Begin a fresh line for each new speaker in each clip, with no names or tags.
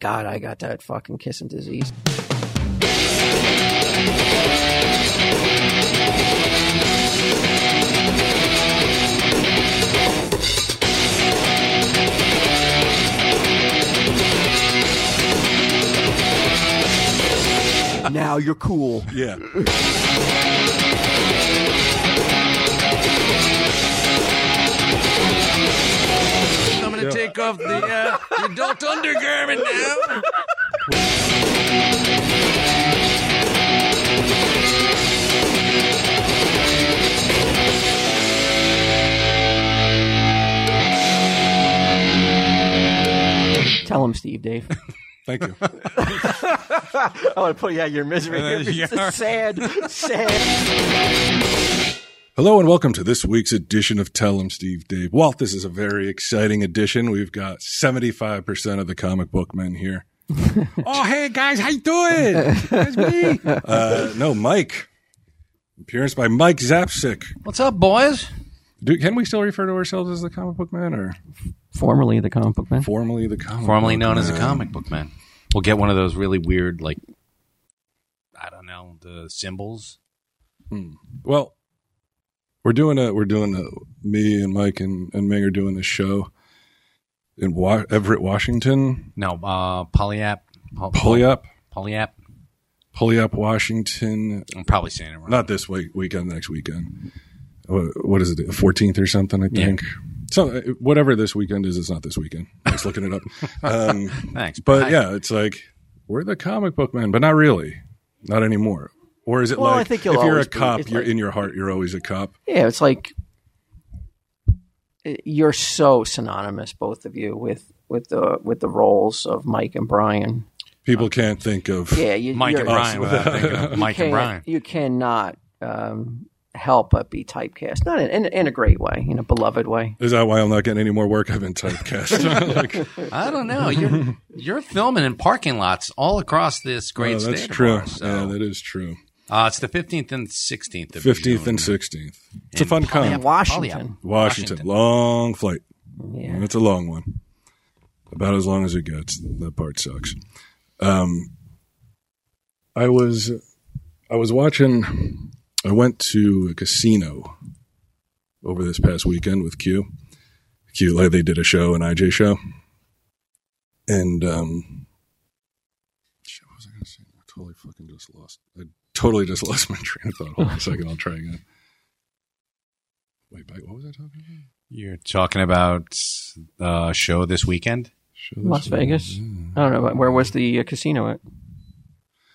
God, I got that fucking kissing disease. now you're cool.
Yeah.
I'm gonna take off the, uh, the adult undergarment now.
Tell him, Steve, Dave.
Thank you.
Oh, I want to put you out of your misery.
Uh, yeah.
It's sad, sad.
Hello and welcome to this week's edition of Tell 'em Steve Dave. Walt, this is a very exciting edition. We've got 75% of the comic book men here. oh, hey guys, how you doing? That's me. Uh, no, Mike. Appearance by Mike Zapsik.
What's up, boys?
Do, can we still refer to ourselves as the comic book men or
Formerly the comic book man.
formerly the comic
Formerly
book
known as a
men?
comic book man. We'll get one of those really weird, like I don't know, the symbols.
Well, we're doing a we're doing a me and Mike and and Ming are doing this show in Wa- Everett, Washington.
No, uh, polyap, poly,
Pulley up,
polyap.
pulley up, Washington.
I'm probably saying it wrong.
Not this week weekend, next weekend. Wha- What is it? Fourteenth or something? I think. So uh, whatever this weekend is, it's not this weekend. I was looking it up. Um,
Thanks,
but
Hi.
yeah, it's like we're the comic book man, but not really, not anymore. Or is it
Well, I
like
think you'll
if you're a
always be-
cop,
it's
you're
like-
in your heart, you're always a cop.
Yeah, it's like eh, you're so synonymous, both of you, with with the with the roles of Mike and Brian.
People can't think of
Uh, Yeah, you,
Mike
you're,
and Brian. Without thinking of Mike
can't-
and Brian.
You cannot um, help but be typecast, not in, in, in a great way, in a beloved way.
Is that why I'm not getting any more work? I've been typecast. like,
I don't know. You're you're filming in parking lots all across this great
oh,
state.
that's
of
true.
ours,
Yeah,
so.
that is true.
uh, it's the 15th and 16th. Of
15th
June.
and 16th. It's a fun
Polyap-
con.
Washington.
Polyap.
Washington. Long flight.
Yeah.
It's a long one. About as long as it gets. That part sucks. Um, I was, I was watching. I went to a casino over this past weekend with Q. Q, like they did a show, an IJ show, and um, shit, what was I gonna say? I totally fucking just lost. I totally just lost my train of thought. Hold on a second, I'll try again. Wait, back. What was I talking about?
You're talking about the show this weekend?
Show this
Las Vegas. I don't know but where was the uh, casino at.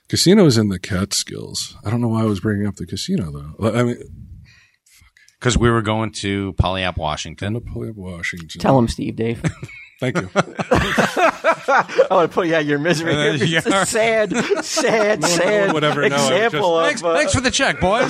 Casinos in the Catskills. I don't know why I was bringing up the casino though. L- I mean,
Because we were going to Polyap,
I'm gonna
Washington.
pull up Washington.
Tell him, Steve, Dave.
Thank you.
Oh, I want to put you out of your misery.
Uh,
It's
yeah.
a sad, sad, sad
one would ever know. I'm
example of.
Thanks,
uh,
thanks for the check, boys.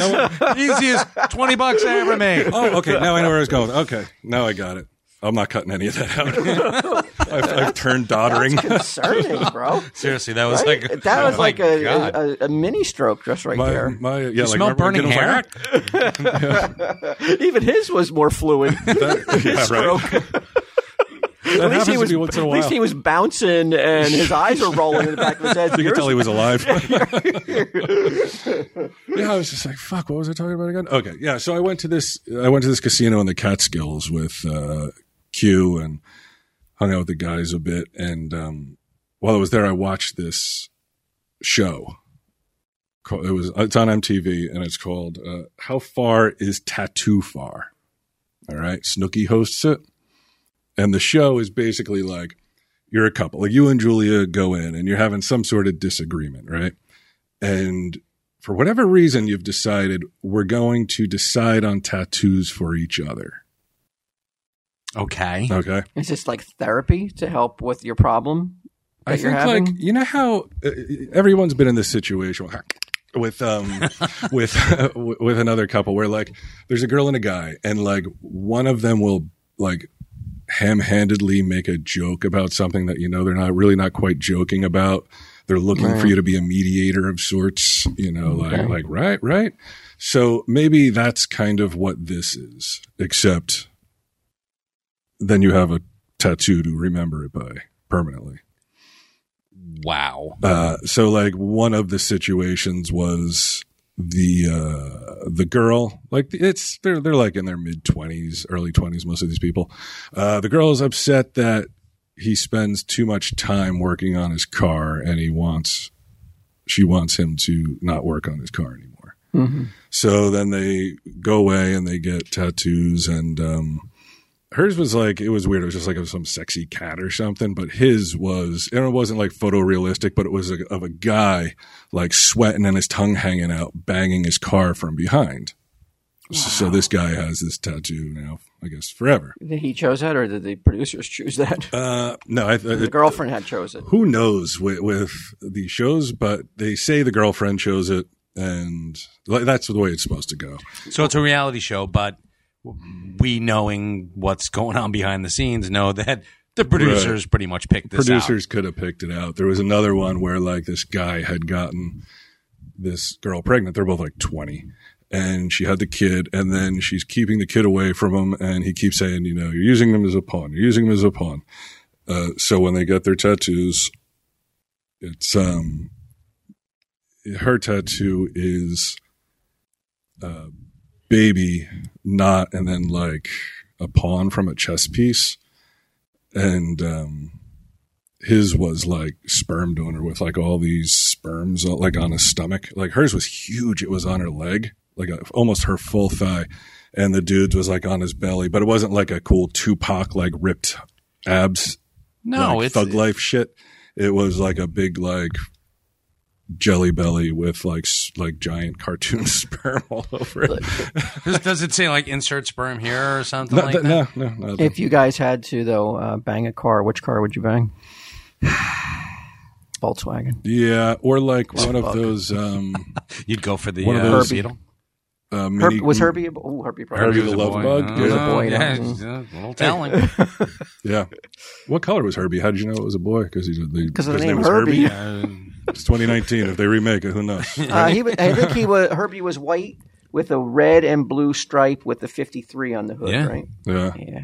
Easiest 20 bucks I ever made.
Oh, okay. Now I know where I was going. Okay, now I got it. I'm not cutting any of that out. I've, I've turned doddering.
concerning, bro.
Seriously, that was
Right?
like
that was
Oh my
like a,
God.
a, a mini stroke just right
My,
there.
my, yeah,
You
like,
smell
remember when
burning
Gideon was
hair?
like, "Ah,
Even his was more fluid.
"Ah." Yeah, right.
stroke.
That
At least,
happens
he was,
to me once in a
at
while.
least he was bouncing and his eyes are rolling in the back of his head.
you could
Yours-
tell he was alive. yeah, I was just like, "Fuck!" What was I talking about again? Okay, yeah. So I went to this. I went to this casino in the Catskills with uh, Q and hung out with the guys a bit. And um, while I was there, I watched this show. Ca- It was it's on MTV and it's called uh, "How Far Is Tattoo Far." All right, Snooky hosts it, and the show is basically like you're a couple. Like you and Julia go in and you're having some sort of disagreement, right? And for whatever reason, you've decided we're going to decide on tattoos for each other.
okay.
Okay.
Is this like therapy to help with your problem that
I
you're
think
having?
like you know how uh, everyone's been in this situation with um with with another couple where like there's a girl and a guy and like one of them will like ham-handedly make a joke about something that you know they're not really not quite joking about. They're looking for you to be a mediator of sorts, you know, like
Okay.
like right, right. So maybe that's kind of what this is, except then you have a tattoo to remember it by permanently.
Wow.
Uh, so like one of the situations was the uh the girl like it's they're they're like in their mid 20s early 20s most of these people uh the girl is upset that he spends too much time working on his car and he wants she wants him to not work on his car anymore
Mm-hmm.
so then they go away and they get tattoos and um hers was like it was weird it was just like of some sexy cat or something but his was and it wasn't like photorealistic but it was a, of a guy like sweating and his tongue hanging out banging his car from behind so this guy has this tattoo now i guess forever
He chose that, or did the producers choose that?
uh no i, I
The girlfriend had chose it.
who knows with, with these shows, but they say the girlfriend shows it, and like, that's the way it's supposed to go.
So it's a reality show, but we knowing what's going on behind the scenes know that the producers pretty much picked this
Producers could have picked it out. There was another one where like this guy had gotten this girl pregnant. They're both like twenty, and she had the kid, and then she's keeping the kid away from him, and he keeps saying, you know, you're using them as a pawn. You're using them as a pawn. Uh, so when they get their tattoos, it's um, her tattoo is uh, baby, not, and then like a pawn from a chess piece. And um, his was like sperm donor with like all these sperms uh, like on his stomach. Like hers was huge. It was on her leg, like a, almost her full thigh. And the dude's was like on his belly, but it wasn't like a cool Tupac like ripped abs
out. No,
like,
it's
thug life shit. It was like a big like jelly belly with like s- like giant cartoon sperm all over it.
Does, does it say like insert sperm here or something
No,
like
th-
that?
no, no, no,
If you guys had to though uh, bang a car, which car would you bang? Volkswagen.
yeah, or like one of those um
You'd go for the
One of
uh,
those-
Beetle.
uh,
Herb,
mini
was Herbie? A, ooh, Herbie probably.
Herbie
Herbie's
the
a
love
boy.
bug?
Oh,
There's a
boy
Yeah, uh,
now.
it's a little telling.
Yeah. What color was Herbie? How did you know it was a boy? Because he did- they-
Because of the
his
name
was
Herbie.
Uh,
It's 2019. If they remake it, who knows?
Uh, he, wa- I think he was Herbie was white with a red and blue stripe with the 53 on the hood,
Yeah.
right?
Yeah.
Yeah.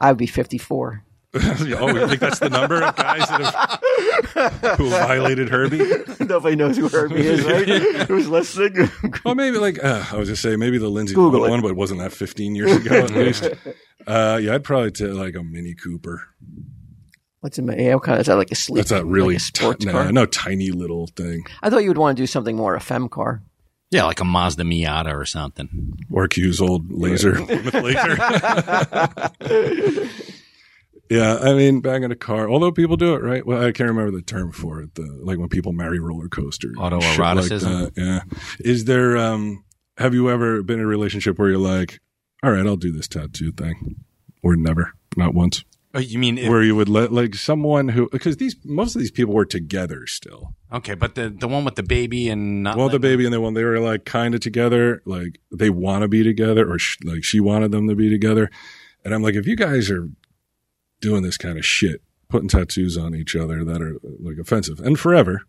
I would be 54.
oh, you think that's the number of guys that have who violated Herbie?
Nobody knows who Herbie is, right? Who's listening?
Well, maybe like uh, I was just saying, maybe the Lindsay
Google
Lohan
it.
one, but wasn't that 15 years ago at least? Uh, yeah, I'd probably take like a Mini Cooper.
What's in my yeah, what kind of, is that like a sleek?
That's that really
like a sports
ti- nah,
car.
no tiny little thing
I thought you would want to do something more a femme car.
yeah, like a Mazda Miata or something.
or Q's old laser with laser. yeah, I mean banging a car. Although people do it, right? Well, I can't remember the term for it. The like when people marry roller coasters, and shit like that.
Autoeroticism?
yeah. Is there? um Have you ever been in a relationship where you're like, all right, I'll do this tattoo thing, or never, not once?
Oh, you mean if,
where you would let like someone who because these most of these people were together still.
okay? But the the one with the baby and not
Well, the
letting-
baby and the one they were like kind of together, like they want to be together, or sh- like she wanted them to be together. And I'm like, if you guys are doing this kind of shit, putting tattoos on each other that are like offensive and forever,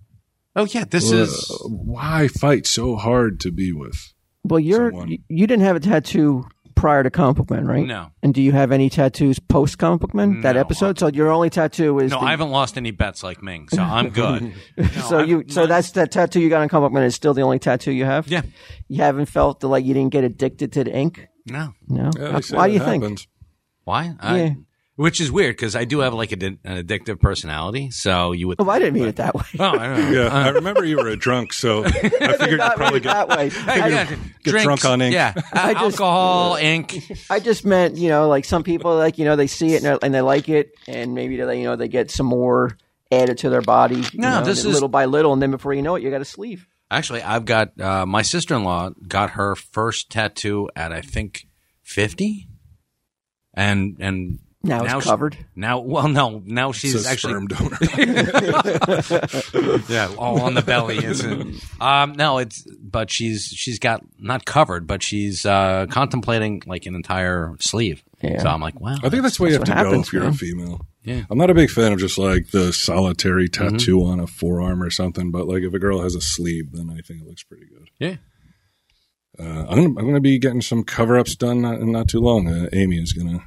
Oh yeah, this
uh,
is
why fight so hard to be with?
Well, you're
Someone-
you, you didn't have a tattoo prior to Comic Book Man, right?
no.
And do you have any tattoos post Comic Book Man? That
No.
episode. So your only tattoo is
No,
the-
I haven't lost any bets like Ming, so I'm good. No,
so
I'm
you so
not-
that's that tattoo you got on Comic Book Man is still the only tattoo you have.
yeah,
You haven't felt the, like you didn't get addicted to the ink.
no.
No.
Yeah, they
How-
say
Uh, Why do
that
you think?
happens.
Why? I,
Yeah.
Which is weird because I do have like a, an addictive personality, so you would.
Oh, I didn't mean it that way.
Oh, I don't know.
Yeah, I remember you were a drunk, so I figured you
Not mean
probably
it that
got.
way.
Hey,
I-
yeah, drinks,
drunk on ink.
Yeah,
I just-
alcohol, ink.
I just meant, you know, like some people, like you know, they see it and, they- and they like it, and maybe they, you know, they get some more added to their body. you
No,
know,
this
and
is-
little by little, and then before you know it, you got a sleeve.
Actually, I've got uh, my sister in law got her first tattoo at I think fifty, and and
Now,
Now
it's
she-
covered.
now well no now
It's a
she's actually
sperm donor.
yeah all on the belly. Isn't it? Um, no, it's but she's she's got not covered, but she's uh, contemplating like an entire sleeve.
Yeah.
So I'm like, wow,
I think that's where you have
That's
to
what happens,
go if you're a
man.
female.
Yeah. Mm-hmm.
I'm not a big fan of just like the solitary tattoo on a forearm or something, but like if a girl has a sleeve, then I think it looks pretty good.
yeah.
Uh, I'm gonna, I'm gonna be getting some cover ups done not, in not too long. Uh, Amy is gonna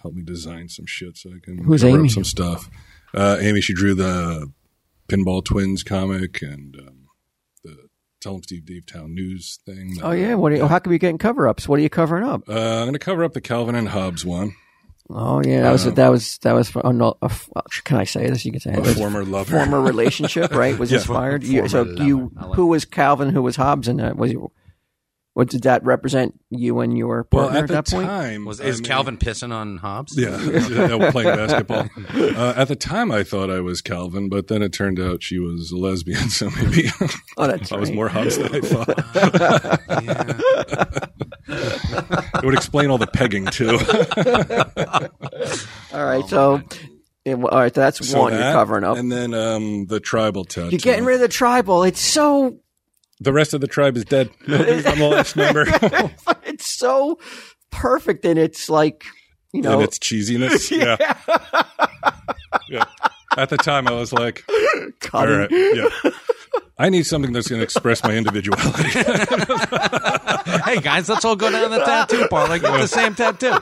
help me design some shit so I can
Who's
cover
Amy?
up some stuff. Uh, Amy, she drew the Pinball Twins comic and um, the Tell 'em Steve Dave Town News thing.
Oh yeah. What? Are you, oh, how come you're getting cover ups? What are you covering up?
Uh, I'm going to cover up the Calvin and Hobbes one.
Oh yeah, that was that was that was. Oh, no, a f- can I say this? You can say
A
it.
former lover.
former relationship, right? Was
Yeah.
inspired. You, so
Former
you,
lover. I like
who was Calvin? Who was Hobbes? And that was you- what did that represent? You and your partner
well, at the
that point.
time,
Was
I
is
mean-
Calvin pissing on Hobbes?
Yeah, they were playing basketball. Uh, at the time, I thought I was Calvin, but then it turned out she was a lesbian, so maybe
Oh, that's
I was
right.
more Hobbes than I thought.
Yeah.
it would explain all the pegging too.
All right, so yeah, well, all right, so that's
Oh, So
one you're
that,
covering up.
and then um, the tribal tattoo.
You're getting rid of the tribal. It's so
the rest of the tribe is dead. Nobody's on the last member,
it's so perfect, and it's like you know.
and its cheesiness. Yeah. yeah. At the time, I was like, all
cutting.
right, yeah. I need something that's going to express my individuality.
hey guys, let's all go down to the tattoo parlor. Get the same tattoo.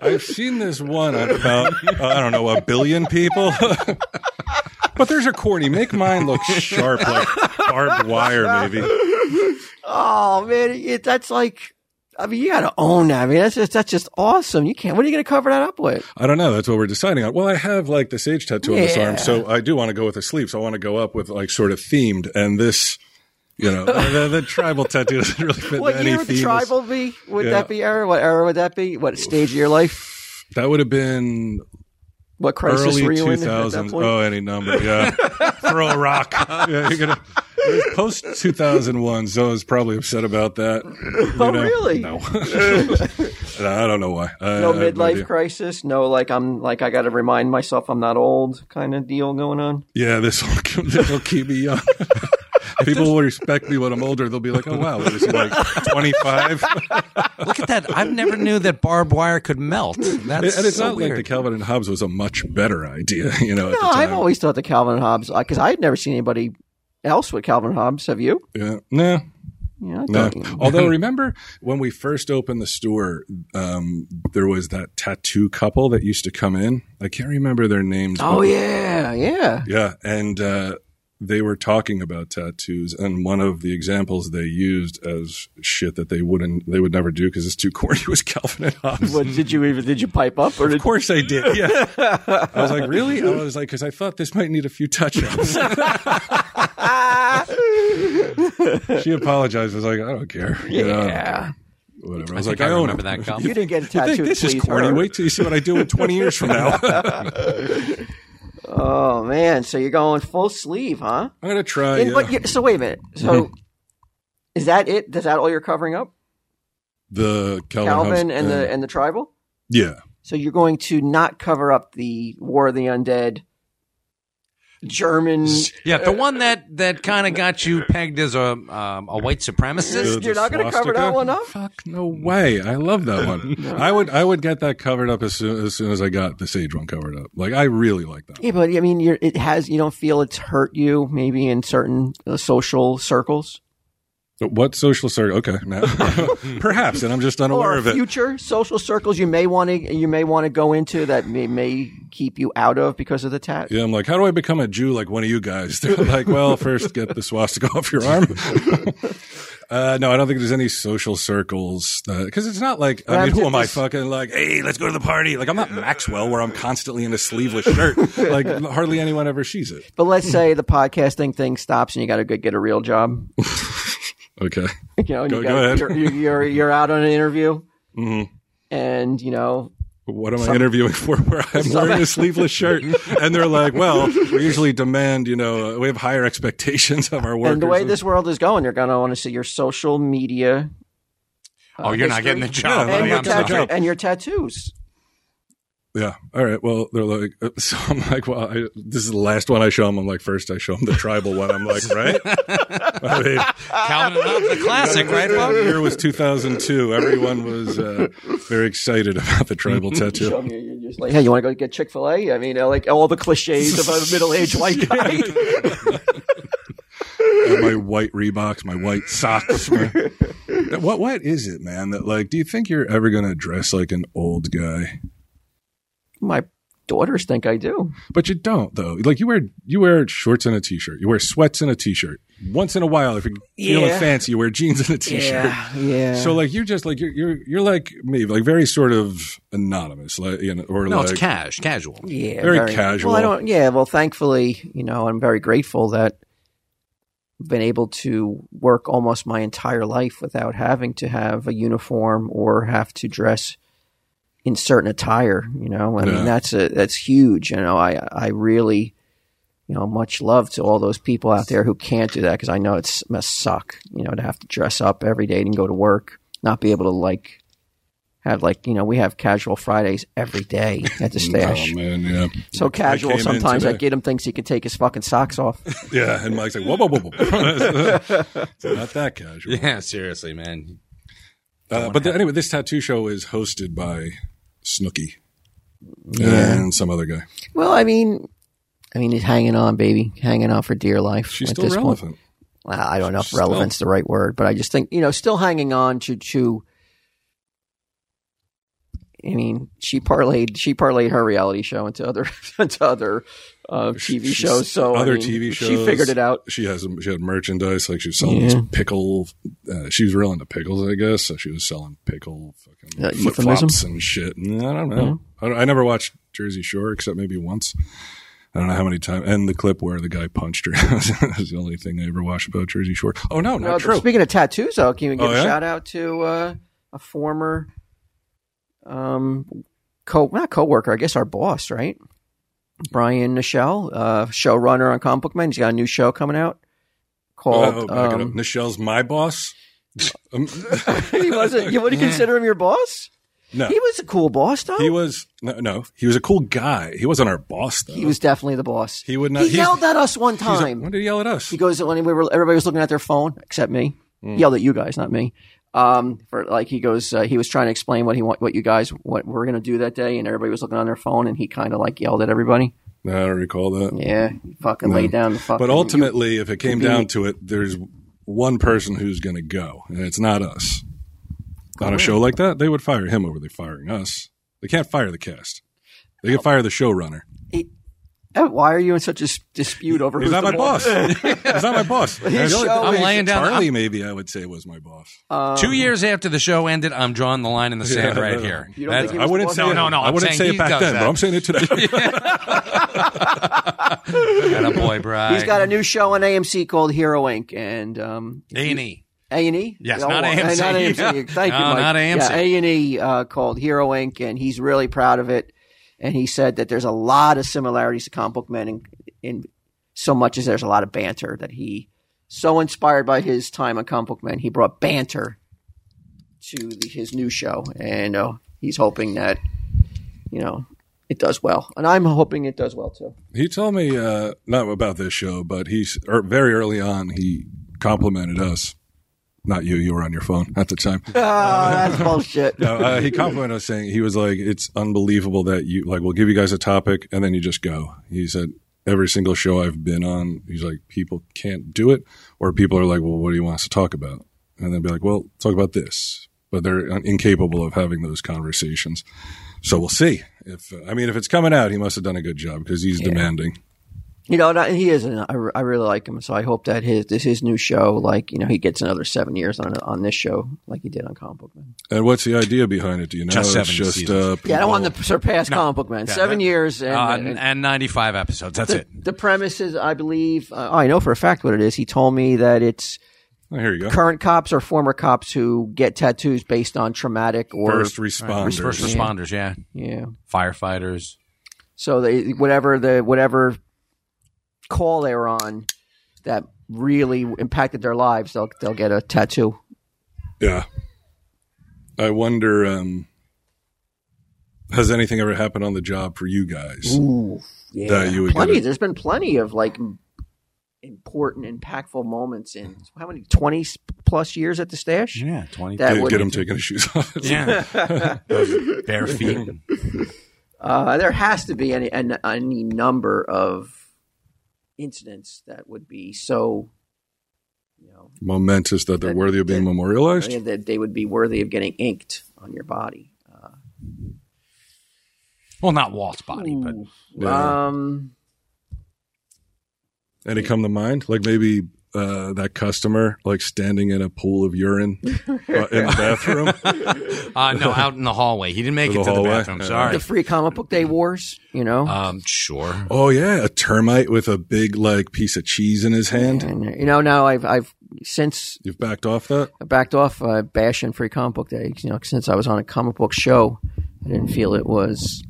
I've seen this one at about uh, I don't know a billion people. But there's a corny. Make mine look sharp, like barbed wire, maybe.
Oh man, it, that's like. I mean, you got to own that. I mean, that's just that's just awesome. You can't. What are you going to cover that up with?
I don't know. That's what we're deciding on. Well, I have like the sage tattoo on this
Yeah.
arm, so I do want to go with a sleeve. So I want to go up with like sort of themed, and this, you know, the, the tribal tattoo doesn't really fit
What
any
year would the
themes.
tribal be? Would
Yeah.
that be era? What era would that be? What stage of your life?
That would have been
What crisis
early
were you in at that
2000s.
point?
Oh, any number. Yeah. Throw a rock. Yeah, you're gonna, post 2001, so I was probably upset about that. You
Oh, really?
No. I don't know why. I-
no
I have
midlife
idea.
crisis. No, like I'm like I got to remind myself I'm not old kind of deal going on.
Yeah, this will, this will keep me young. People will respect me when I'm older. They'll be like, oh, wow, what is he, like 25?
Look at that. I've never knew that barbed wire could melt.
and
That's
it's
so
not like
weird.
the Calvin and Hobbes was a much better idea, you know, at
No,
the
I've
time.
always thought the Calvin and Hobbes because I had never seen anybody else with Calvin and Hobbes. Have you?
yeah. No,
Yeah, I
No.
thought-
Although remember when we first opened the store, um, there was that tattoo couple that used to come in. I can't remember their names.
Oh
but-
yeah, yeah.
yeah, and uh, they were talking about tattoos, and one of the examples they used as shit that they wouldn't, they would never do because it's too corny was Calvin and Hobbes.
What did you even did you pipe up or did
Hmm. Of course I did. Yeah, I was like, really? I was like, because I thought this might need a few touch-ups. she apologized. I was like, I don't care. You know, I don't
yeah?
whatever. I
I
was
think
like, I, own
remember
him.
that
You
couple.
didn't get a
I
tattoo.
think this is
please
corny.
her.
Wait till you see what I do in 20 years from now. I'm
Oh man, so you're going full sleeve, huh?
going to
And,
try. Oh, yeah. Mm-hmm.
but you, so wait a minute. So is that it? Is that all you're covering up?
the Calvin,
Calvin
Hobbes-
and the
uh,
and the tribal.
yeah.
So you're going to not cover up the War of the Undead German.
Yeah, the one that that kind of got you pegged as a um, a white supremacist.
The-
you're not going to cover that
swastika?
one up.
Fuck no way! I love that one. I would I would get that covered up as soon, as soon as I got the sage one covered up. Like I really like that.
Yeah, but I mean, you're, it has. You don't feel it's hurt you, maybe in certain uh, social circles
But what social circle? Okay, now perhaps, and I'm just unaware
or
of it.
future social circles you may want to you may want to go into that may, may keep you out of because of the tat.
Yeah, I'm like, how do I become a Jew like one of you guys? They're like, well, first get the swastika off your arm. uh, no, I don't think there's any social circles because it's not like
Well,
I mean,
I'm
who
just-
am I fucking like? Hey, let's go to the party. Like I'm not Maxwell where I'm constantly in a sleeveless shirt. like hardly anyone ever sees it.
But let's say the podcasting thing stops and you got to go get a real job.
Okay,
You know, and
Go-
you
go
gotta,
ahead.
You're, you're, you're you're out on an interview, and you know
Mm-hmm. what am I interviewing for? Where I'm wearing a sleeveless shirt, and they're like, well, we usually demand, you know, we have higher expectations of our workers.
And the way this world is going, you're going to want to see your social media uh,
Oh, you're not getting the job.
and,
Yeah,
buddy.
your
I'm sorry.
not
tat-
job.
and your tattoos.
Yeah. All right. Well, they're like, uh, so I'm like, well, I, this is the last one I show them. I'm like, first I show them the tribal one. I'm like, right? I mean,
Calvin and Hobbes, the classic, right,
the
Bob?
year was 2002. Everyone was uh, very excited about the tribal
Show
tattoo.
me, you're just like, hey, you want to go get Chick fil A? I mean, uh, like all the cliches of a middle aged white guy.
And my white Reeboks, my white socks. my- what What is it, man? That like, do you think you're ever going to dress like an old guy?
My daughters think I do.
But you don't though. Like you wear you wear shorts and a t-shirt. You wear sweats and a t-shirt. Once in a while, if you're feeling
Yeah.
fancy, you wear jeans and a t-shirt.
yeah.
So like you're just like you're you're you're like me, like very sort of anonymous, like you know, or
No,
like
it's cash, casual.
yeah,
very casual.
Well, I don't. Yeah, well, thankfully, you know, I'm very grateful that I've been able to work almost my entire life without having to have a uniform or have to dress in certain attire. You know, I
Yeah.
mean, that's a that's huge. You know, I I really. You know, much love to all those people out there who can't do that because I know it's must suck. You know, to have to dress up every day and go to work, not be able to like have like you know we have casual Fridays every day at the stash.
Oh, man, yeah.
So casual.
came in
sometimes I
today.
get him thinks he can take his fucking socks off.
Yeah, and Mike's like, whoa, whoa, whoa, whoa. It's not that casual.
Yeah, seriously, man.
Uh, but anyway, this tattoo show is hosted by Snooky and some other guy.
Well, I mean, I mean, he's hanging on, baby, hanging on for dear life.
She's
at
still
this
relevant.
Point. Well, I don't know if relevant's the right word, but I just think you know, still hanging on to to. I mean, she parlayed she parlayed her reality show into other into other uh, TV
She's-
shows. So I
other
mean,
TV shows.
she figured it out.
She has she had merchandise like she was selling this
Yeah.
pickle. Uh, she was real into pickles, I guess. So she was selling pickle fucking
Uh,
flip
euphemism?
flops and shit. And I don't know. I, don't- I never watched Jersey Shore except maybe once. I don't know how many times. And the clip where the guy punched her. That's the only thing I ever watched about Jersey Shore. Oh no,
No,
not
but
true.
Speaking of tattoos, though, can we give
Oh,
a
yeah?
shout out to uh, a former um, co not coworker, I guess our boss, right? Brian Nichelle, uh, showrunner on Comic Book Man. He's got a new show coming out
Oh,
called.
back it up.
um,
Michelle's my boss. Um,
he wasn't. You, would you consider him your boss?
no,
He was a cool boss, though.
he was no, no. He was a cool guy. He wasn't our boss though.
He was definitely the boss.
He would not-
He
he's-
yelled at us one
He's a-
time.
when did he yell at us?
He goes when we were everybody was looking at their phone except me. Yelled at you guys, not me. Um, for like he goes, uh, he was trying to explain what he want, what you guys what we're gonna do that day, and everybody was looking on their phone, and he kind of like yelled at everybody.
No, I don't recall that.
Yeah, he fucking laid down the fucking.
But ultimately, if it came
be-
down to it, there's one person who's going to go, and it's not us. On a show like that, they would fire him over they firing us. They can't fire the cast. They can fire the showrunner.
you- Oh, why are you in such a s- dispute over
He's
who's
not
the
my boss. He's not my boss. I feel like
show
maybe
is- I'm
laying down-
Charlie, maybe I would say was my boss.
Um,
Two years after the show ended, I'm drawing the line in the sand
Yeah,
right
no.
here.
You don't
That's-
think he
I
was
wouldn't
boss?
say
No,
it.
no, no,
I
I'm
wouldn't
saying
say it
he
back
does
then,
that.
but I'm saying it today.
Atta boy, Brian.
He's got a new show on AMC called Hero Inc. and um,
Any.
A and E.
Yes, not AMC.
Not AMC.
Yeah.
Thank you,
No,
Mike.
not AMC.
Yeah, A and E uh, called Hero Inc. and he's really proud of it. And he said that there's a lot of similarities to comic book men in, in so much as there's a lot of banter that he so inspired by his time on comic book men, he brought banter to the, his new show, and uh, he's hoping that you know it does well, and I'm hoping it does well too.
He told me uh, not about this show, but he's er, very early on. He complimented us. Not you. You were on your phone at the time.
Oh, that's bullshit.
No, uh, he complimented us saying he was like, "It's unbelievable that you like. We'll give you guys a topic and then you just go." He said, "Every single show I've been on, he's like, people can't do it, or people are like, well, what do you want us to talk about?" And they'd be like, "Well, talk about this," but they're un- incapable of having those conversations. So we'll see. If uh, I mean, if it's coming out, he must have done a good job because he's demanding.
You know, and I- he is. An, I, re- I really like him, so I hope that his this his new show, like you know, he gets another seven years on on this show, like he did on Comic Book Man.
And what's the idea behind it? Do you know?
Just
it's
seven
just
seasons.
uh,
Yeah, I don't
people-
want to surpass Comic Book Man. seven years, and,
Uh,
and-
and, 95 episodes. That's it.
the premise is, I believe, uh, I know for a fact what it is. He told me that it's
Oh, here you go.
current cops or former cops who get tattoos based on traumatic or
First responders.
First responders, yeah.
yeah.
Firefighters.
So they whatever the whatever call they were on that really impacted their lives, they'll they'll get a tattoo.
Yeah. I wonder um has anything ever happened on the job for you guys?
Ooh, yeah.
That you would
plenty.
get it.
There's been plenty of like m- important, impactful moments in
Mm.
how many twenty s- plus years at the stash.
Yeah, 20.
That
Get,
would-
get him taking his shoes off.
yeah. Bare feet.
Uh, there has to be any an, any number of incidents that would be so, you know,
Momentous that they're worthy of being memorialized.
Oh, uh, that they would be worthy of getting inked on your body.
Well, not Walt's body, but
Yeah.
Um,
Any come to mind? Like maybe uh, that customer like standing in a pool of urine uh, in the bathroom.
uh, no, out in the hallway. He didn't make
The
it to
hallway?
the bathroom.
Yeah.
Sorry.
the free comic book day wars, you know.
Uh,
Um, sure.
oh yeah, a termite with a big like piece of cheese in his hand.
and you know, now I've I've since
You've backed off that.
backed off uh, bashing free comic book day. You know, since I was on a comic book show, I didn't feel it was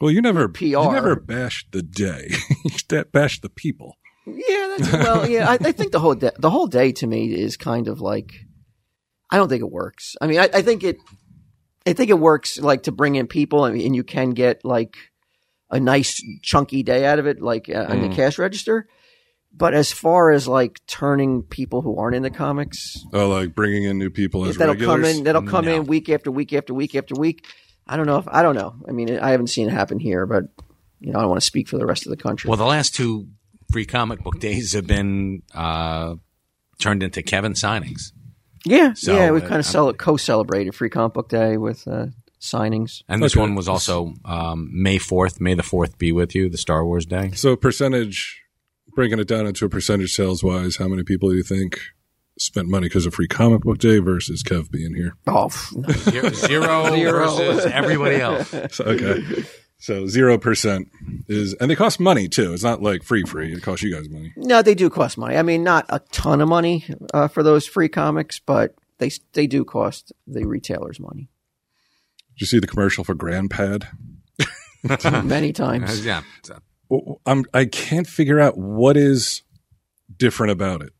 Well, you never you
PR.
never bashed the day. you da- bashed the people.
Yeah, that's, well, yeah. I, I think the whole day, the whole day to me is kind of like I don't think it works. I mean, I, I think it, I think it works like to bring in people and, and you can get like a nice chunky day out of it, like uh, on the cash register. But as far as like turning people who aren't into comics,
Oh, like bringing in new people as
that'll come
regulars.
in, that'll come
No.
in week after week after week after week. I don't know if I don't know. I mean, I haven't seen it happen here, but you know, I don't want to speak for the rest of the country.
Well, the last two free comic book days have been uh, turned into Kevin signings.
Yeah,
So,
yeah, we
uh,
kind of cel- co-celebrated Free Comic Book Day with uh, signings.
And this
Okay.
one was also um, May 4th. May the 4th be with you, the Star Wars Day.
So percentage, breaking it down into a percentage sales wise, how many people do you think spent money because of free comic book day versus Kev being here?
Oh, pff, no.
Zero, versus everybody else.
So, okay. So zero percent is, and they cost money too. It's not like free free. It costs you guys money.
no, they do cost money. I mean, not a ton of money uh, for those free comics, but they they do cost the retailers money
Did you see the commercial for Grandpad?
many times.
Yeah.
Well, I'm I can't figure out what is different about it.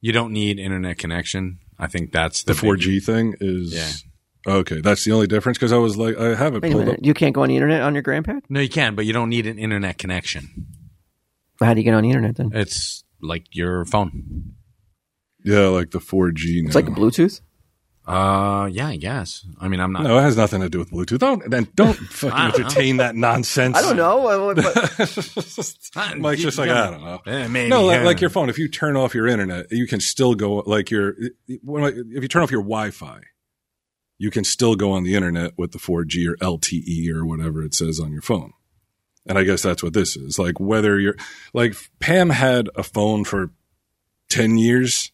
You don't need internet connection. I think that's the,
The
big-
4G thing is okay. That's the only difference because I was like, I haven't
Wait a
pulled up.
minute, you can't go on the internet on your grandpad?
No, you can, but you don't need an internet connection.
How do you get on the internet then?
It's like your phone.
Yeah, like the 4G. Now.
It's like a Bluetooth.
Uh, yeah, I guess. I mean, I'm not.
No, it has nothing to do with Bluetooth. Don't then don't fucking entertain that nonsense.
I don't know. I- I- but-
Not-
Mike's
Uh, you-
just like
you-
I don't know.
Eh, maybe,
no, like,
yeah.
like your phone. If you turn off your internet, you can still go like your when I- if you turn off your Wi-Fi, you can still go on the internet with the 4G or LTE or whatever it says on your phone. And I guess that's what this is. Like whether you're like Pam had a phone for 10 years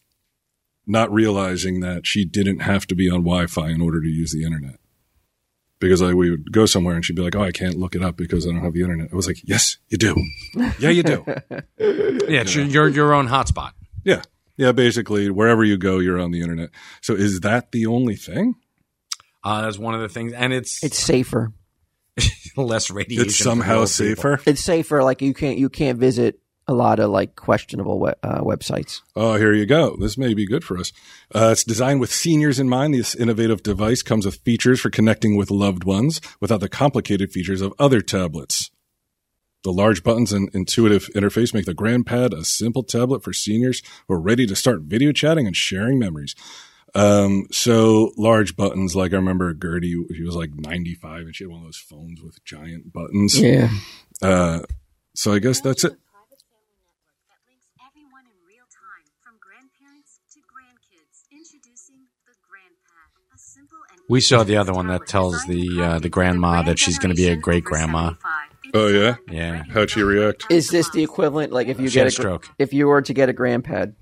not realizing that she didn't have to be on Wi-Fi in order to use the internet. Because I, we would go somewhere and she'd be like, "Oh, I can't look it up because I don't have the internet." I was like, "Yes, you do. Yeah, you do."
Yeah, it's your, your, your own hotspot.
Yeah. Yeah, basically, wherever you go, you're on the internet. So is that the only thing?
Uh, that's one of the things. And it's,
it's safer.
less radiation.
It's
for
somehow
old people.
safer.
It's safer. Like you can't you can't visit a lot of like questionable we- uh, websites.
Oh, here you go. This may be good for us. Uh, it's designed with seniors in mind. This innovative device comes with features for connecting with loved ones without the complicated features of other tablets. The large buttons and intuitive interface make the GrandPad a simple tablet for seniors who are ready to start video chatting and sharing memories. Um, so large buttons, like I remember Gertie, she was like 95 and she had one of those phones with giant buttons.
Yeah.
Uh, so I guess that's it.
private family network that links everyone in real time, from grandparents to grandkids. Introducing the GrandPad, a simple and
We saw the other one that tells the uh, the grandma that she's going to be a great grandma.
Oh, yeah?
Yeah.
How'd she react?
Is this the equivalent? Like if you
She had
get a
a
gr-
stroke.
if you were to get a grandpad,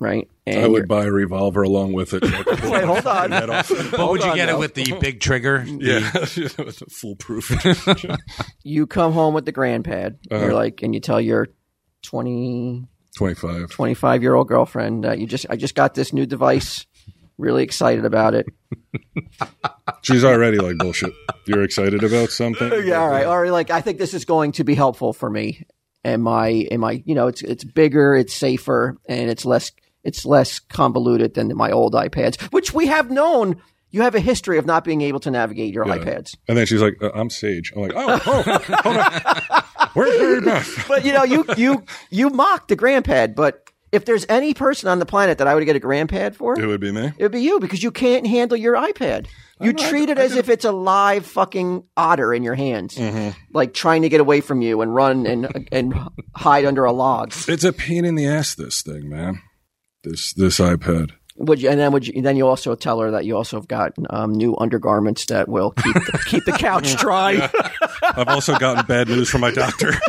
right? And
I
you're-
would buy a revolver along with it.
Wait, hold on.
But would you
on
get it
now.
with the big trigger?
Yeah, foolproof.
You come home with the grandpad.
Uh-huh.
You're like, and you tell your 20,
Twenty-five.
25 year old girlfriend that you just, I just got this new device. Really excited about it.
She's already like bullshit. You're excited about something?
Yeah, all right. Or like, I think this is going to be helpful for me. And my, and my, you know, it's it's bigger, it's safer, and it's less it's less convoluted than my old iPads, which we have known. You have a history of not being able to navigate your iPads.
And then she's like, uh, "I'm Sage." I'm like, "Oh, oh hold on. We're here enough."
but you know, you you you mock the grandpad. But if there's any person on the planet that I would get a grandpad for,
It would be me.
it would be you because you can't handle your iPad. You treat it as if it's a live fucking otter in your hands,
Mm-hmm.
like trying to get away from you and run and and hide under a log.
It's a pain in the ass. This thing, man. This this iPad.
Would you, and then would you, and then you also tell her that you also have got um, new undergarments that will keep the, keep the couch dry.
I've also gotten bad news from my doctor. wow,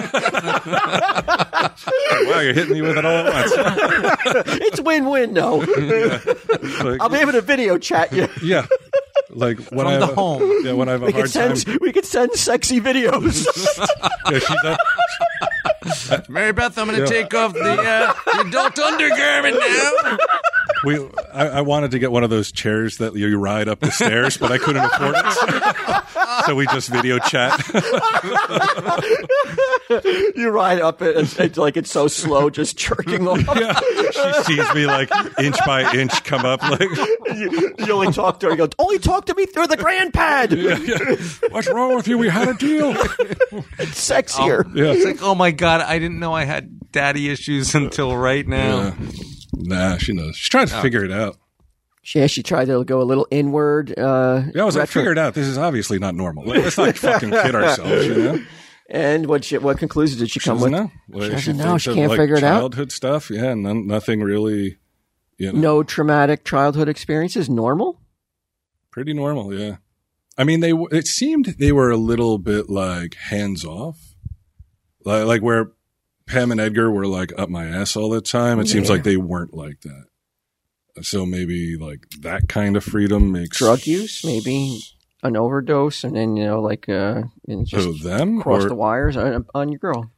you're hitting me with it all at once.
it's win win. No,
Like,
I'll be able to video chat you.
yeah, like when
From
I have
the
a-
home.
Yeah, when I have a
We
hard
could send
time.
we could send sexy videos.
Yeah, she's up-
Mary Beth, I'm going
Yeah.
to take off the, uh, the adult undergarment now.
we, I, I wanted to get one of those chairs that you ride up the stairs, but I couldn't afford it. so we just video chat.
you ride up it, and it's like it's so slow, just jerking off.
yeah, she sees me like inch by inch come up. Like,
You, you only talk to her. You go only talk to me through the grand pad.
what's wrong with you? We had a deal.
It's sexier.
Yeah.
It's like, oh my God, I didn't know I had daddy issues until right now.
Uh, Nah, she knows. She's trying to
Oh.
figure it out.
She yeah, she tried to go a little inward. Uh,
Yeah, I was like,
retro-
figure it out. This is obviously not normal. Like, let's not fucking kid ourselves, you know?
And what she, what conclusions did she come
Doesn't
with?
know. Like,
doesn't know.
thinks
She
of,
can't
like,
figure it out.
Childhood stuff. Yeah, and then nothing really, you know,
No traumatic childhood experiences. Normal.
pretty normal. Yeah. I mean, they, w- it seemed they were a little bit like hands off, like, like where Pam and Edgar were like up my ass all the time. It seems
Yeah.
like they weren't like that. So maybe like that kind of freedom makes
Drug use, maybe an overdose, and then you know, like, uh, and just
Oh, them
cross
or
the wires on, on your girl.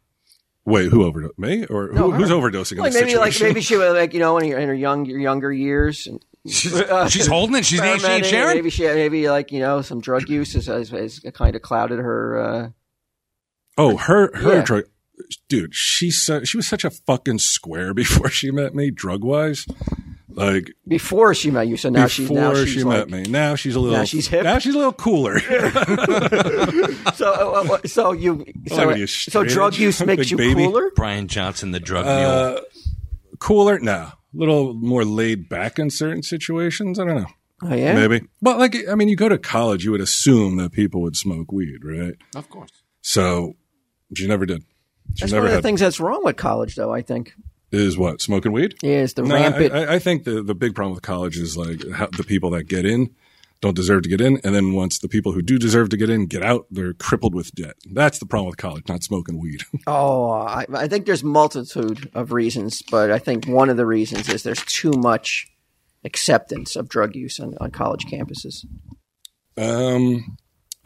wait, who overdosed? Me or
No,
who,
her.
who's overdosing?
Like
in this
maybe, like
situation?
maybe she was like you know in her, in her young your younger years. And,
She's, she's holding it. She's ain't she ain't
experimenting,
sharing.
Maybe she maybe like you know some drug use has, has, has kind of clouded her. Uh,
Oh, her her
Yeah.
drug, dude. She su- she was such a fucking square before she met me, drug wise. Like
before she met you, so now she's now
before
she's
she
like,
met me, now she's a little.
she's hip.
Now she's a little cooler.
So uh, uh, so you so,
what are you,
so drug
straight-edge?
use makes
Big
you
baby?
cooler.
Brian Johnson, the drug mule.
Uh, cooler, no. A little more laid back in certain situations. I don't know.
Oh yeah,
Maybe. But like, I mean, you go to college, you would assume that people would smoke weed, right?
Of course.
So she never did. She
that's
never
one of the
had.
things that's wrong with college, though. I think
is what smoking weed.
is the
No,
rampant.
I, I- I think the, the big problem with college is like how the people that get in don't deserve to get in, and then once the people who do deserve to get in get out, they're crippled with debt. That's the problem with college, not smoking weed.
oh, I, I think there's multitude of reasons, but I think one of the reasons is there's too much acceptance of drug use on, on college campuses.
um,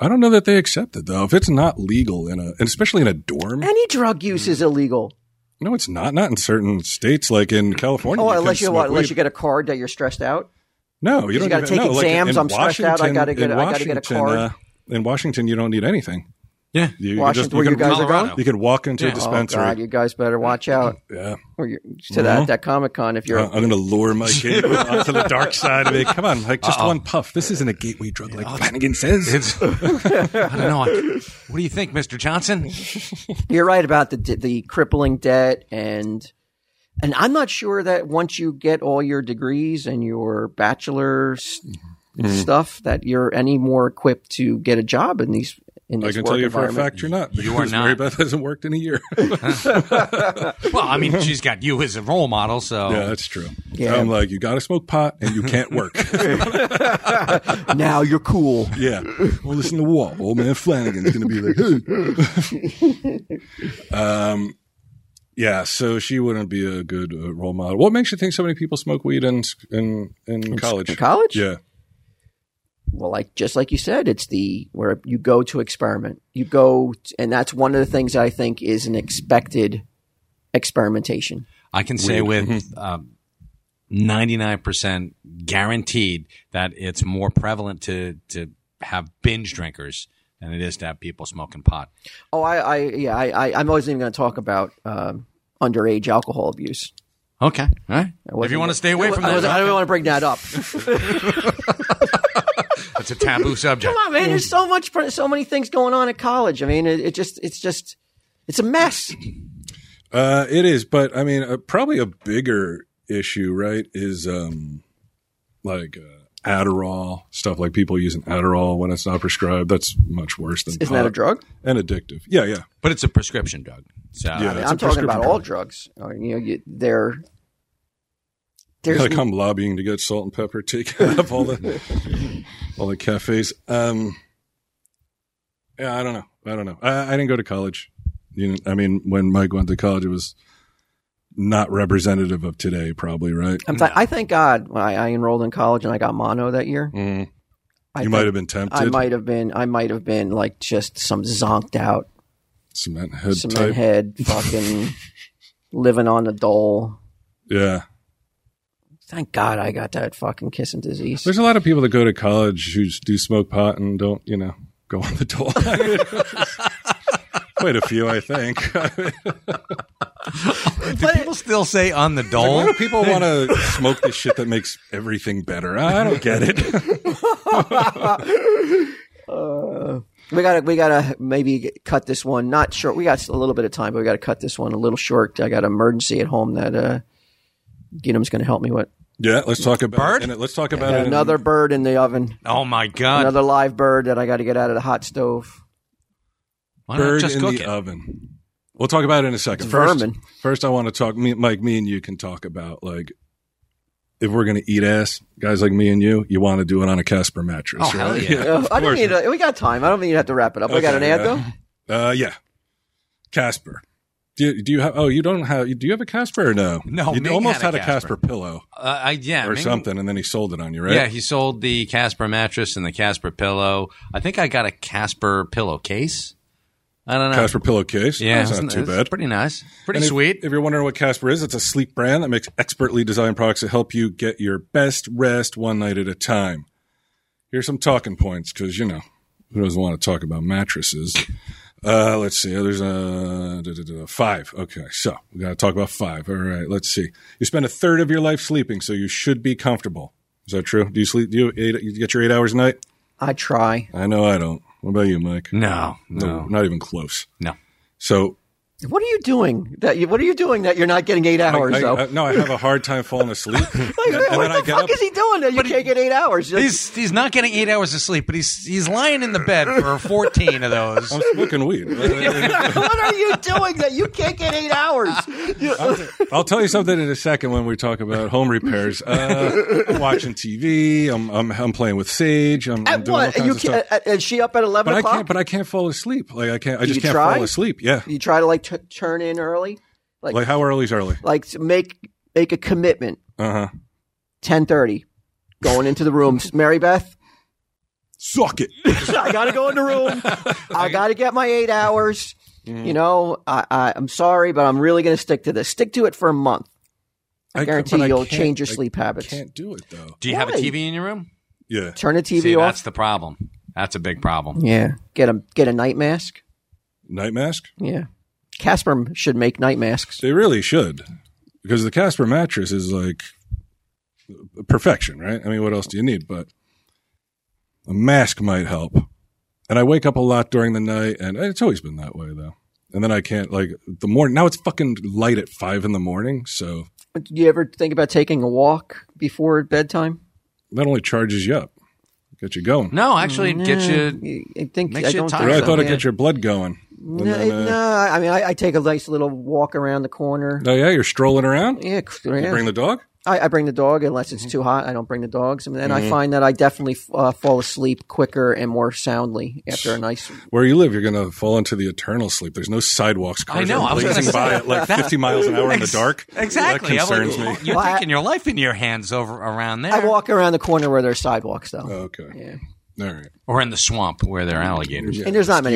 I don't know that they accept it though. If it's not legal in a, and especially in a dorm,
Any drug use is illegal.
no, it's not. Not in certain states, like in California.
Oh,
couldn't
unless you
smoke
what,
weed.
unless you get a card that you're stressed out.
no, you
you
don't
gotta
even-
take
no, like,
exams,
in
I'm stressed out, I
Washington-
gotta get a-
in
I gotta get a
Washington,
card.
uh, in Washington, you don't need anything.
Yeah.
You, you
Washington,
just
where
you
you
can,
guys are
Colorado.
going.
you can walk into
Yeah.
a
Oh
Oh,
dispensary.
God, you guys better watch out.
yeah.
Or you to that that Comic Con if you're.
Uh, I'm going to lure my kid onto the dark side of it. Come on, like just one puff. This isn't a gateway drug like Flanagan says.
It's, I don't know. I- What do you think, Mr. Johnson?
You're right about the the crippling debt and and I'm not sure that once you get all your degrees and your bachelor's
Mm-hmm.
stuff that you're any more equipped to get a job in these in
I
this
can
work
tell you for a
environment.
fact you're not.
You are
because
not. Oh.
Mary Beth hasn't worked in a year. yeah,
Well, I mean, she's got you as a role model, so
that's true.
Yeah.
I'm like, you got to smoke pot and you can't work.
Now you're cool.
yeah. Well, listen to Walt. Old man Flanagan's going to be like, hey. um, yeah, so she wouldn't be a good uh, role model. What makes you think so many people smoke weed in in, in, college?
in college?
Yeah.
Well, like just like you said, it's the where you go to experiment. You go, t- and that's one of the things I think is an expected experimentation.
I can say with
Mm-hmm.
um, 99% guaranteed that it's more prevalent to, to have binge drinkers than it is to have people smoking pot.
Oh, I, I yeah, I, I, I'm always even going to talk about um, underage alcohol abuse.
Okay. All right. If
wasn't-
you want to stay away from
I, was, I
that,
don't want to bring that up.
it's a taboo subject.
Come on, man. There's so much, so many things going on at college. I mean, it, it just, it's just, it's a mess.
Uh, it is, but I mean, uh, probably a bigger issue, right? Is um, like uh, Adderall stuff, like people using Adderall when it's not prescribed. That's much worse than
Isn't that a
pot
drug?
and addictive. Yeah, yeah,
But it's a prescription drug. So
yeah. it's a
I'm talking
prescription
about all
drug.
drugs. I mean, you know, you, they're There's
Gotta come lobbying to get salt and pepper taken up all the all the cafes. Um, yeah, I don't know. I don't know. I, I didn't go to college. You know, I mean, when Mike went to college, it was not representative of today, probably, right?
I'm th- I thank God when I, I enrolled in college and I got mono that year.
Mm.
I
You
think
might have been
I
tempted.
might have been. I might have been like just some zonked out
Cement head
cement
type.
head, fucking living on the dole.
Yeah.
Thank God I got that fucking kissing disease.
There's a lot of people that go to college who do smoke pot and don't, you know, go on the dole. Quite a few, I think.
Do people still say on the
Why
dole?
do people want to smoke this shit that makes everything better? I don't get it.
Uh, we gotta, we gotta maybe cut this one not short. We got a little bit of time, but we gotta cut this one a little short. I got an emergency at home that uh, Ginnam's gonna help me with.
Yeah, let's talk about
Bird?
And let's talk about
I got
it. in-
another bird in the oven,
Oh my god!
another live bird that I got to get out of the hot stove.
Why not
bird
just
in
cook
the uh,
it?
oven. We'll talk about it in a second.
It's
First,
vermin.
first, I want to talk. Me, Mike, me and you can talk about like if we're gonna eat ass, guys like me and you, you want to do it on a Casper mattress.
Oh,
right?
hell yeah.
Uh, I don't
course.
need. To, we got time. I don't think you have to wrap it up. we got an
Okay,
anthem.
Uh, yeah, Casper. Do you, do you have? Oh, you don't have. Do you have a Casper or no?
No,
you
Ming
almost
had
had
a
a Casper,
Casper.
pillow
Uh, I, yeah,
or
maybe-
something, and then he sold it on you, right?
Yeah, he sold the Casper mattress and the Casper pillow. I think I got a Casper pillowcase. I don't know.
Casper pillowcase.
yeah,
that's not
it's-
too
it's
bad.
Pretty nice. Pretty
And if-
sweet.
If, you're wondering what Casper is, it's a sleep brand that makes expertly designed products that help you get your best rest one night at a time. Here's some talking points because, you know, who doesn't want to talk about mattresses? Uh, let's see. There's a da, da, da, five. Okay, so we got to talk about five. All right, let's see. You spend a third of your life sleeping, so you should be comfortable. Is that true? Do you sleep? Do you, eight, you get your eight hours a night?
I try.
I know I don't. What about you, Mike?
no, no,
not even close.
no.
So
What are you doing? That you, what are you doing that you're not getting eight hours
I,
though?
I, no, I have a hard time falling asleep. uh, and,
what the fuck is he doing that you can't get eight hours? Just-
He's he's not getting eight hours of sleep, but he's he's lying in the bed for fourteen of those.
I'm smoking weed.
what are you doing that you can't get eight hours? You-
I'll tell you something in a second when we talk about home repairs. Uh, I'm watching TV. I'm, I'm I'm playing with Sage. I'm, I'm
at
doing all
what?
kinds
And you
of stuff.
can't, uh, is she up at eleven
But I
o'clock?
can't. But I can't fall asleep. Like I can't. I just
you
can't
try?
fall asleep. Yeah.
you try to like t- turn in early, like
Like
like,
how early's early?
to make make a commitment.
Uh huh.
Ten thirty, going into the rooms. Mary Beth,
Suck it.
I gotta go in the room. I gotta get my eight hours.
Mm-hmm.
You know, I, I I'm sorry, but I'm really gonna stick to this. Stick to it for a month. I,
I-
guarantee
but I
you'll
can't-
change your
I
sleep habits.
Can't do it though.
Do you have a
Why?
TV in your room?
Yeah.
Turn the TV
See,
off.
that's the problem. That's a big problem.
Yeah. Get a get a night mask.
Night mask.
Yeah. Casper should make night masks.
They really should, because the Casper mattress is like perfection, right? I mean, what else do you need? But a mask might help. And I wake up a lot during the night, and it's always been that way though. And then I can't like the morning. Now it's fucking light at five in the morning, so
Do you ever think about taking a walk before bedtime?
that only charges you up, get you going.
No, actually, it gets
Mm,
you.
I think
Makes
I
you
don't
tired.
think
Right? I
so.
thought it'd
yeah.
get your blood going. And
No,
then, uh,
no, I mean, I, I take a nice little walk around the corner.
Oh yeah, you're strolling around.
Yeah,
You bring Mm-hmm. the dog.
I, I bring the dog unless it's too hot. I don't bring the dogs, and then
Mm-hmm.
I find that I definitely uh, fall asleep quicker and more soundly after a nice.
Where you live, you're gonna fall into the eternal sleep. There's no sidewalks. Cars
I know.
are
I was gonna
blazing
say
by at like
that-
50 miles an hour in the
Ex-
dark.
Exactly.
that
I'm like,
concerns me.
You're
Well, I-
taking your life in your hands over around there,
I walk around the corner where there's sidewalks, though,
Oh, Okay. All right.
or in the swamp where there are alligators
and there's not many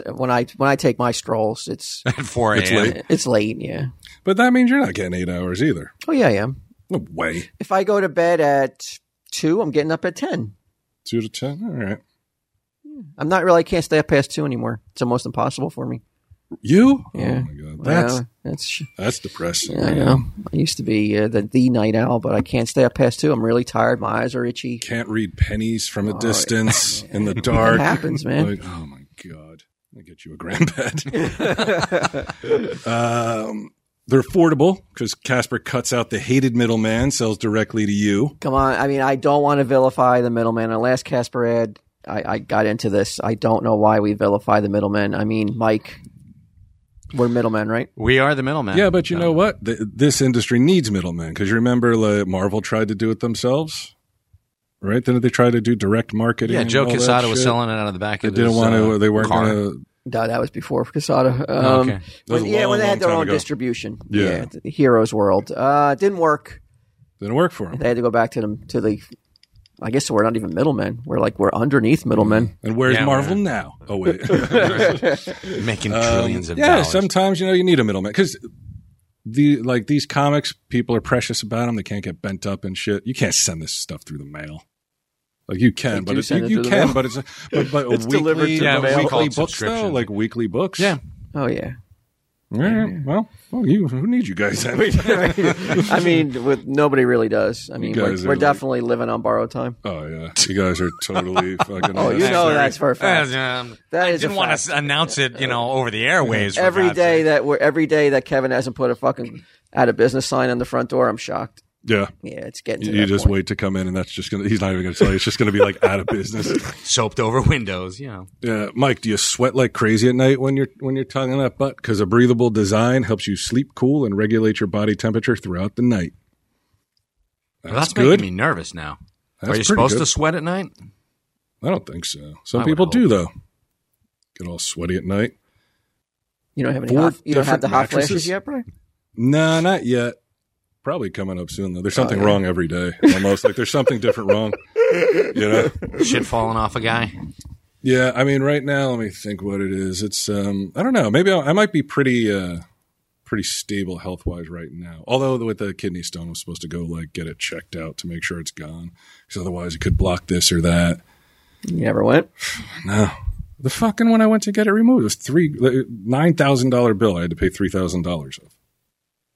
cars. When I when I take my strolls, it's
at 4
It's
a.m.
late.
it's late. Yeah.
But that means you're not getting eight hours either.
Oh yeah, I am.
No way.
if I go to bed at two, I'm getting up at ten.
Two to ten. All right.
I'm not really. I can't stay up past two anymore. It's almost impossible for me.
You?
Yeah.
Oh my god. That's
Yeah, that's. sh-
that's depressing.
I know. I used to be uh, the the night owl, but I can't stay up past two. I'm really tired. My eyes are itchy.
Can't read pennies from
Oh,
a distance in the dark.
It happens, man.
Like, oh my god. I get you a grand bed. um, they're affordable because Casper cuts out the hated middleman, sells directly to you.
Come on. I mean, I don't want to vilify the middleman. The last Casper ad, I, I got into this. I don't know why we vilify the middleman. I mean, Mike, We're middlemen, right?
We are the middleman.
Yeah, but you know what? Th- this industry needs middlemen because you remember like, Marvel tried to do it themselves, right? Then they tried to do direct marketing.
Yeah,
and
Joe
all that
Quesada was
shit.
selling it out of the back
They
of
didn't
his,
want to.
uh,
They weren't
car.
going
No, that was before Casada. Um,
Oh, okay.
That was
when-
a
yeah,
long,
when they
long
had their
time
own
ago.
distribution.
Yeah.
the- the Heroes World. Uh, it didn't work.
Didn't work for them.
They had to go back to them to the. I guess we're not even middlemen. We're like we're underneath middlemen.
And where's
Yeah,
Marvel
man.
now? Oh wait.
making
Um,
trillions of
yeah,
dollars.
sometimes you know you need a middleman because the like these comics, people are precious about them. They can't get bent up and shit. You can't send this stuff through the mail. Like you can,
They
but
do
it's,
send
you,
it
you
through the
can,
mail.
but it's but, but
It's
weekly,
delivered to
yeah,
the mail.
weekly
We call it
books though,
subscription.
like weekly books.
yeah,
Mm-hmm.
Oh yeah.
All right, well, well, you who need you guys? oh
I mean, with nobody really does. I mean, we're,
guys are
we're
like-
definitely living on borrowed time.
Oh, yeah, you guys are totally fucking.
Oh, you know that's for a fact.
Um,
That
I
is a
didn't want
fact.
to announce it, you know, over the airways. for
every
God's
day
sake.
that we're every day that Kevin hasn't put a fucking out of business sign on the front door, I'm shocked.
Yeah,
Yeah, it's getting to
you, you
that
just
point.
wait to come in, and that's just gonna. He's not even gonna tell you. It's just gonna be like out of business.
soaped over windows, you know.
Yeah, Mike, do you sweat like crazy at night when you're when you're tonguing that butt? Because a breathable design helps you sleep cool and regulate your body temperature throughout the night.
Well, that's
good.
making me nervous now.
That's
Are you
pretty
supposed to
good.
sweat at night?
I don't think so. Some
I would
people
hope.
do though. Get all sweaty at night.
You don't have any
Four
hot, you don't have
different
the hot
mattresses?
flashes yet, Brian?
Nah, not yet. Probably coming up soon though. There's something
Oh, yeah.
wrong every day. Almost like there's something different wrong. You know.
Shit falling off a guy.
Yeah, I mean, right now, let me think what it is. It's um, I don't know. Maybe I, I might be pretty uh, pretty stable health wise right now. Although with the kidney stone, I'm supposed to go like get it checked out to make sure it's gone, because otherwise it could block this or that.
You never went.
No, the fucking when I went to get it removed, it was three uh, nine thousand dollar bill. I had to pay three thousand dollars of.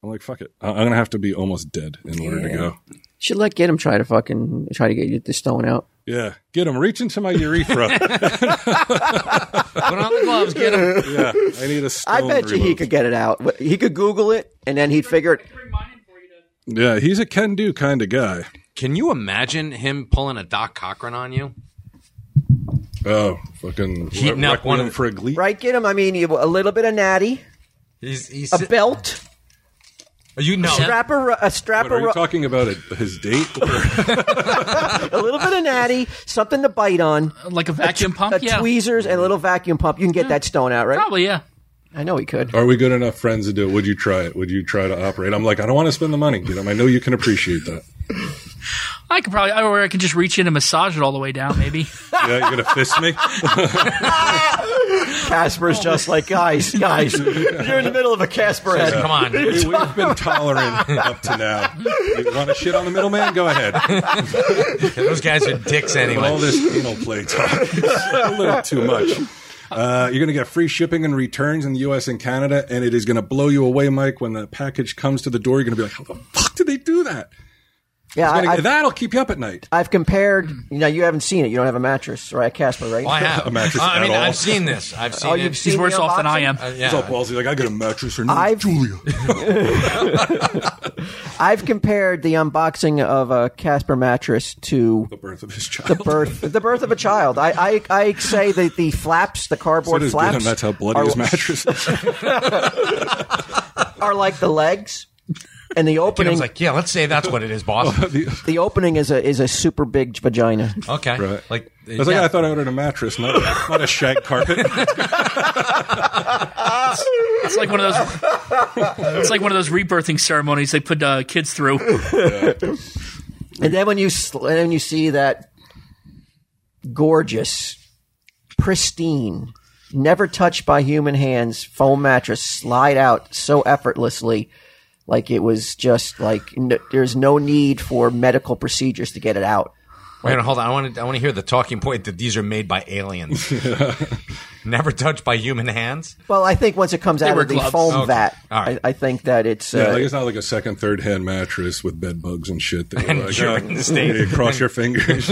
I'm like, fuck it. I- I'm gonna have to be almost dead in order to
Yeah.
go.
Should let get him try to fucking try to get you the stone out.
Yeah, get him. Reach into my urethra.
Put on the gloves, get him.
yeah, I need a stone.
I bet you he
removed.
could get it out. Wh- He could Google it and then he'd figure it.
Yeah, he's a can do kind of guy.
Can you imagine him pulling a Doc Cochran on you?
Oh, fucking
Heating
Re-
up one
Requiem
of-
for a glee.
Right, get him. I mean, you- a little bit of natty,
He's, he's
a belt,
you know
strap a, ru- a strap
What,
a,
are
ru-
you talking about it, his date?
a little bit of natty, something to bite on,
Like a vacuum pump?
a
yeah.
tweezers and a little vacuum pump. You can get that stone out, right?
Probably, yeah.
I know he could.
are we good enough friends to do it? Would you try it? Would you try to operate? I'm like, I don't want to spend the money. Get him. I know you can appreciate that.
I could probably, or I could just reach in and massage it all the way down, maybe.
Yeah, you're gonna fist me.
Casper's just like guys, guys. You're in the middle of a Casper head.
Come on.
We, have been tolerant up to now. You want to shit on the middleman? Go ahead.
Those guys are dicks
But all
anyway.
this anal play talk is a little too much. Uh, you're going to get free shipping and returns in the U.S. and Canada, and it is going to blow you away, Mike. When the package comes to the door, you're going to be like, "How the fuck did they do that?"
Yeah,
It's gonna-
I, I've,
that'll keep you up at night.
I've compared. You know, you haven't seen it. You don't have a mattress, right? A Casper, right?
Well, I have. Uh,
A mattress
I mean,
at all.
I've seen this. I've seen
Oh,
it.
you've seen
He's worse
the
off than I
unboxing?
am.
Uh,
What's up,
yeah.
Walsey? Like, I got a mattress or
I've-
not. Julia.
I've compared the unboxing of a Casper mattress to
the birth of his child.
the birth the birth of a child. I I, I say that the flaps, the
That
cardboard
is good, and
flaps,
that's how bloody
are,
his mattress is.
are like the legs, and the
And I
opening
was like, yeah, let's say that's what it is, boss.
The-
the opening is a is a super big vagina.
Okay.
Right.
Like,
I was like,
yeah.
I thought I ordered a mattress, not, not a shag carpet.
It's like one of those. it's like one of those rebirthing ceremonies they put uh, kids through.
And then when you sl- and then you see that gorgeous, pristine, never touched by human hands foam mattress slide out so effortlessly, like it was just like n- there's no need for medical procedures to get it out.
Wait, no, hold on. I want to. I want to hear the talking point that these are made by aliens, never touched by human hands.
Well, I think once it comes out
were
of the
gloves.
foam
Okay.
vat,
All right.
I, I think that it's uh,
yeah, like it's not like a second, third hand mattress with bed bugs and shit. That
And
you're like,
urine
oh,
stain.
you cross your fingers.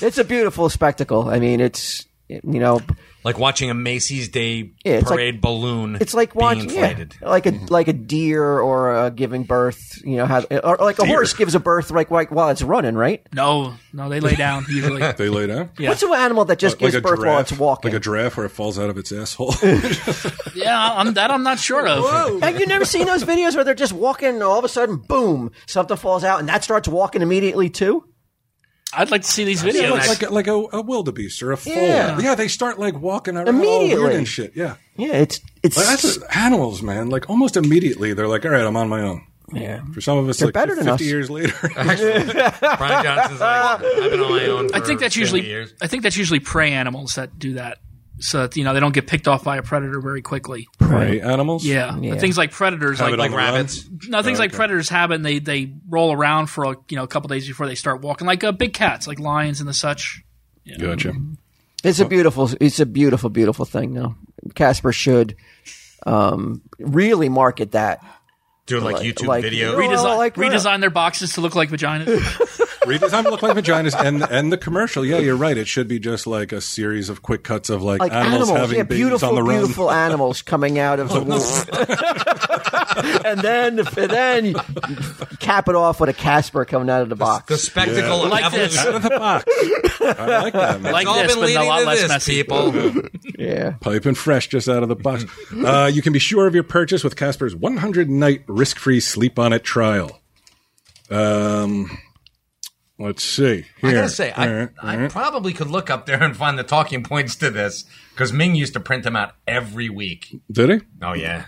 it's a beautiful spectacle. I mean, it's you know
like watching a Macy's Day
Yeah, it's like-
parade balloon.
It's like
being
watching, yeah,
inflated.
like a
Mm-hmm.
like a deer or a giving birth. You know, has, or like a horse gives a birth like, like while it's running, right?
No, no, they lay down usually.
They lay down.
Yeah.
What's an animal that just gives birth while it's walking?
like a giraffe where it falls out of its asshole.
yeah, I'm, that I'm not sure of.
Have you never seen those videos where they're just walking and all of a sudden, boom, something falls out and that starts walking immediately too?
I'd like to see these
Yeah,
videos.
like like, a, like a, a wildebeest or a foal.
Yeah.
Yeah. they start like walking around all weird
Immediately.
and shit. Yeah,
Yeah, it's it's
like, that's animals, man. Like almost immediately, they're like, "All right, I'm on my own."
yeah.
For some of us, like
better
50
than us.
years later.
Brian Johnson's like, I've been on my own.
I think that's usually
years.
I think that's usually prey animals that do that, so that you know they don't get picked off by a predator very quickly.
prey animals.
Yeah,
Yeah.
things like predators,
Have
like
it
like
on the run.
rabbits.
no, things like predators have it, and they they roll around for a, you know a couple days before they start walking, like uh, big cats, like lions and the such.
Gotcha.
It's a beautiful, it's a beautiful, beautiful thing. Now, Casper should um, really market that.
Do like,
Like-
YouTube
like-
video.
Well,
Redesign,
Oh, like that.
redesign their boxes to look like vaginas.
Redesign look like vaginas and and the commercial. Yeah, you're right. It should be just like a series of quick cuts of like,
Like
animals,
animals,
having
yeah,
babies
beautiful,
on the run.
beautiful animals coming out of the womb, and then and then you cap it off with a Casper coming out of the box.
The spectacle of
Like this.
Out
evolution.
of the box. I like that. Man.
Like
It's all
this,
been
but a
leading
lot
to
less
this,
messy.
people.
yeah,
Pipe and fresh, just out of the box. Uh, you can be sure of your purchase with Casper's 100 night risk free sleep on it trial. Um, let's see. Here.
I gotta say, I,
All right, all
I
right.
probably could look up there and find the talking points to this because Ming used to print them out every week.
did he?
Oh yeah,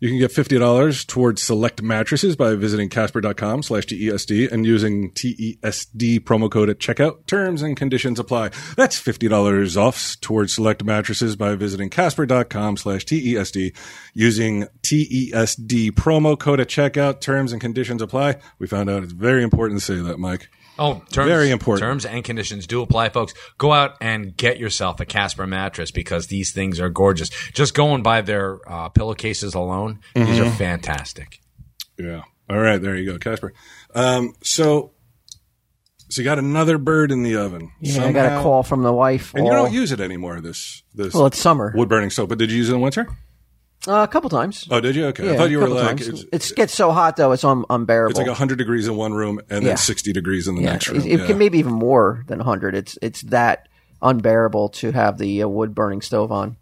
You can get fifty dollars towards select mattresses by visiting Casper.com slash TESD and using TESD promo code at checkout. Terms and conditions apply. That's fifty dollars off towards select mattresses by visiting Casper.com slash TESD using TESD promo code at checkout. Terms and conditions apply. We found out it's very important to say that, Mike.
Oh, terms,
Very important.
Terms and conditions do apply, folks. Go out and get yourself a Casper mattress because these things are gorgeous. Just going by their uh, pillowcases alone, these are fantastic.
Yeah. All right, there you go, Casper. Um, so so you got another bird in the oven.
yeah. I got a
Somehow-
call from the wife.
And you
all-
don't use it anymore. This this
well, it's summer.
wood burning soap. But did you use it in winter?
Uh, a couple times.
Oh, did you? Okay,
Yeah,
I thought you
a
were
couple
like
times.
it's,
It's- it gets so hot though, it's un- unbearable.
it's like hundred degrees in one room and
Yeah.
then sixty degrees in the
Yeah,
next
it,
room.
it
yeah.
can maybe even more than 100. It's it's that unbearable to have the uh, wood burning stove on.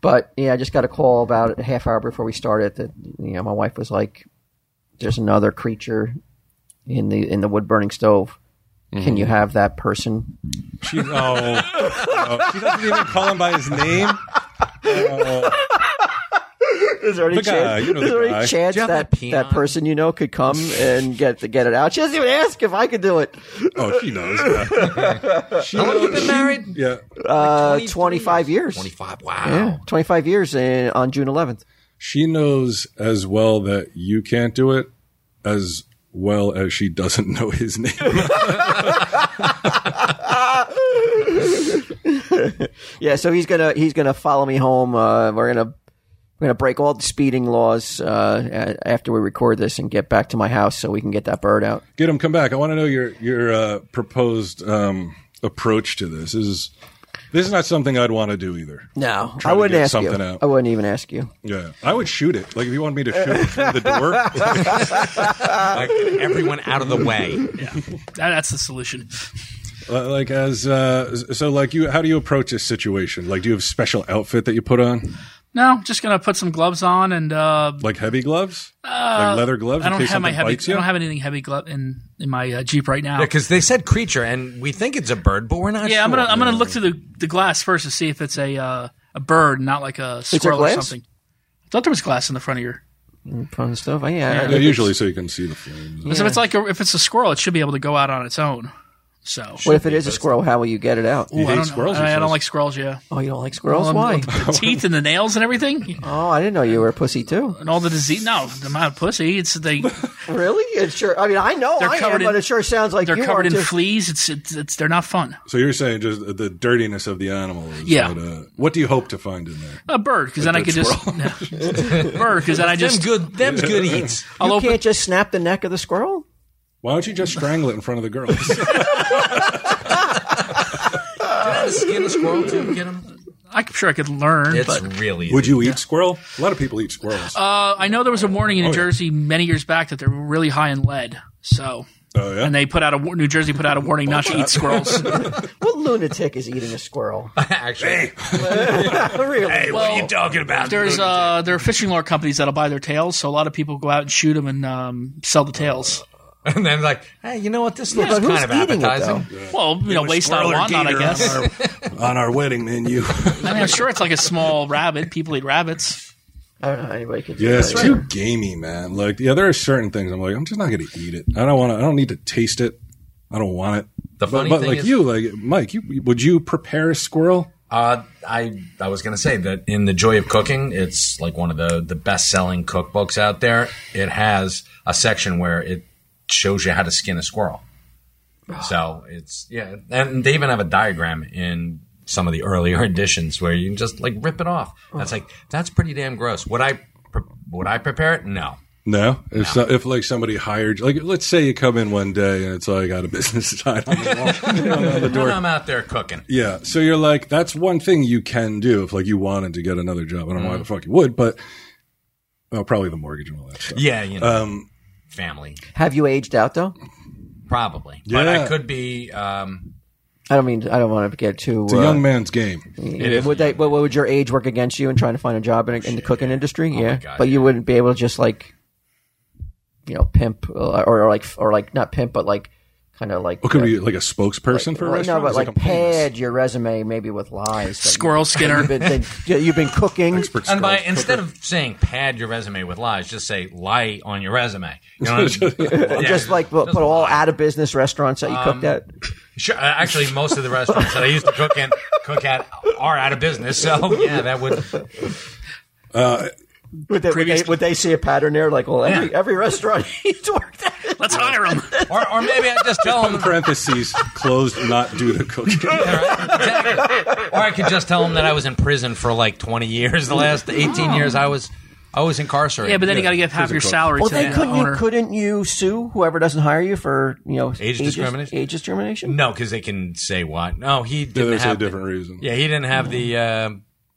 But yeah, I just got a call about a half hour before we started that you know my wife was like, "There's another creature in the in the wood burning stove. Can
Mm-hmm.
you have that person?"
She, oh, oh, she doesn't even call him by his name. Oh,
Is there any
The guy,
chance?
you know
is
the
there
guy.
any chance
Do you have
that
that peon?
that person you know could come and get get it out? She doesn't even ask if I could do it.
Oh, she knows. Yeah. She
How long have you been
knows-
married?
Yeah,
Uh, 25 years.
Twenty-five. Wow.
Yeah, 25 years in, on June 11th.
she knows as well that you can't do it as well as she doesn't know his name.
Yeah, so he's gonna he's gonna follow me home. Uh, we're gonna we're gonna break all the speeding laws uh, a- after we record this and get back to my house so we can get that bird out.
Get him, come back. I want to know your your uh, proposed um, approach to this. This is this is not something I'd want to do either.
No,
Try
I
to
wouldn't
get
ask you.
something out.
I wouldn't even ask you.
Yeah, I would shoot it. Like if you want me to shoot it through the door.
Like, get everyone out of the way.
That- that's the solution.
Uh, like as uh, so like you how do you approach this situation like do you have special outfit that you put on
No, just gonna put some gloves on and uh,
like heavy gloves like leather gloves
I don't
in case
have my
something
heavy. I
bites you
don't have anything heavy glove in in my uh, Jeep right now.
Because they said creature, and we think it's a bird, but we're not.
Yeah, I'm gonna
sure.
I'm gonna look through the, the glass first to see if it's a uh, a bird, not like a
there
squirrel or
glass?
something. I thought there was glass in the front of your.
In front of the stove. Yeah, I-
Yeah, usually so you can see the flames
So if it's like a, if it's a squirrel, it should be able to go out on its own. So
what if it is a squirrel? How will you get it out?
Ooh, I
hate
don't
squirrels,
Know. I, I
you
don't
says.
like squirrels. Yeah.
Oh, you don't like squirrels?
Um,
Why?
The teeth and the nails and everything,
Oh, I didn't know you were a pussy too.
and all the disease. No, I'm not a pussy. It's they.
Really? It sure. I mean, I know
They're
I am,
covered in-
but it sure sounds like
They're
you are
covered in
too.
fleas. It's, it's it's they're not fun.
so you're saying just the dirtiness of the animal is
Yeah.
what, uh, what do you hope to find in there
A bird, because then I
dead
could just
squirrel.
no. bird, because then I
Them
just
good. Them's good eats.
I'll
you
open
can't just snap the neck of the squirrel.
why don't you just strangle it in front of the girls
Skin a squirrel too. Get 'em.
I'm sure I could learn.
It's
but
really.
Would
easy.
you eat squirrel? A lot of people eat squirrels.
uh, I know there was a warning in New
Oh, yeah.
Jersey many years back that they were really high in lead. So,
oh yeah.
and they put out a war- New Jersey put out a warning not to eat squirrels.
What lunatic is eating a squirrel?
actually?
really?
what are you talking about?
There's uh, there are fishing lure companies that'll buy their tails, so a lot of people go out and shoot them and um, sell the tails.
and then like, hey, you know what? This looks
but who's
kind of
eating it,
appetizing.
Uh,
Well, you know, waste not, want not. I guess.
On our, on our wedding menu.
I mean, I'm sure it's like a small rabbit. People eat rabbits.
I don't know. Anybody could. do
yeah, it's
that.
too gamey, man. Like, yeah, there are certain things I'm like, I'm just not going to eat it. I don't want to. I don't need to taste it. I don't want it.
The
But,
funny
but
thing
like
is,
you, like Mike, you would you prepare a squirrel?
Uh, I I was gonna say that in the Joy of Cooking, it's like one of the the best selling cookbooks out there. It has a section where it shows you how to skin a squirrel. So it's yeah, and they even have a diagram in some of the earlier editions where you can just like rip it off. That's like that's pretty damn gross. Would I pre- would I prepare it? No.
No, if so, if like somebody hired, like let's say you come in one day and it's all I got a business sign on the wall. on the
When
door.
I'm out there cooking.
Yeah, so you're like that's one thing you can do if like you wanted to get another job. I don't know why the fuck you would, but well, probably the mortgage and all that stuff.
Yeah, you know,
Um,
family
Have you aged out though?
probably. But
Yeah.
I could be. Um,
I don't mean. I don't want to get too. uh,
It's a young man's game.
is.
Would they? What, what would your age work against you in trying to find a job in, in the cooking industry? yeah,
God,
but you wouldn't be able to just like, you know, pimp uh, or, or like or like not pimp, but like kind of like.
What could
uh,
be like a spokesperson for a
like, no,
restaurant?
but
It's
like,
a famous
pad your resume maybe with lies. that you-
Squirrel
You've
Skinner.
been, that- yeah, you've been cooking.
expert
And by
squirrel
instead of saying pad your resume with lies, just say lie on your resume. You know what I mean? Yeah.
Just like put, put all out of business restaurants that you cooked at.
Sure, uh, actually, most of the restaurants that I used to cook in cook at are out of business. So yeah, that would
Would they, would, they,
previously-
would they see a pattern there? Like, well, every every restaurant he's worked at.
Let's hire them.
or, or maybe I just tell them.
parentheses closed not due to cooking.
Or I could just tell them that I was in prison for like twenty years. The last eighteen years, I was I was incarcerated.
Yeah, but then you got to give half your salary
Well,
to
they
the
couldn't. You,
owner.
couldn't you sue whoever doesn't hire you for you know
Age discrimination?
Age discrimination.
no, because they can say what? No, he
Yeah,
didn't
there's a
have.
different reason.
yeah, he didn't have the uh,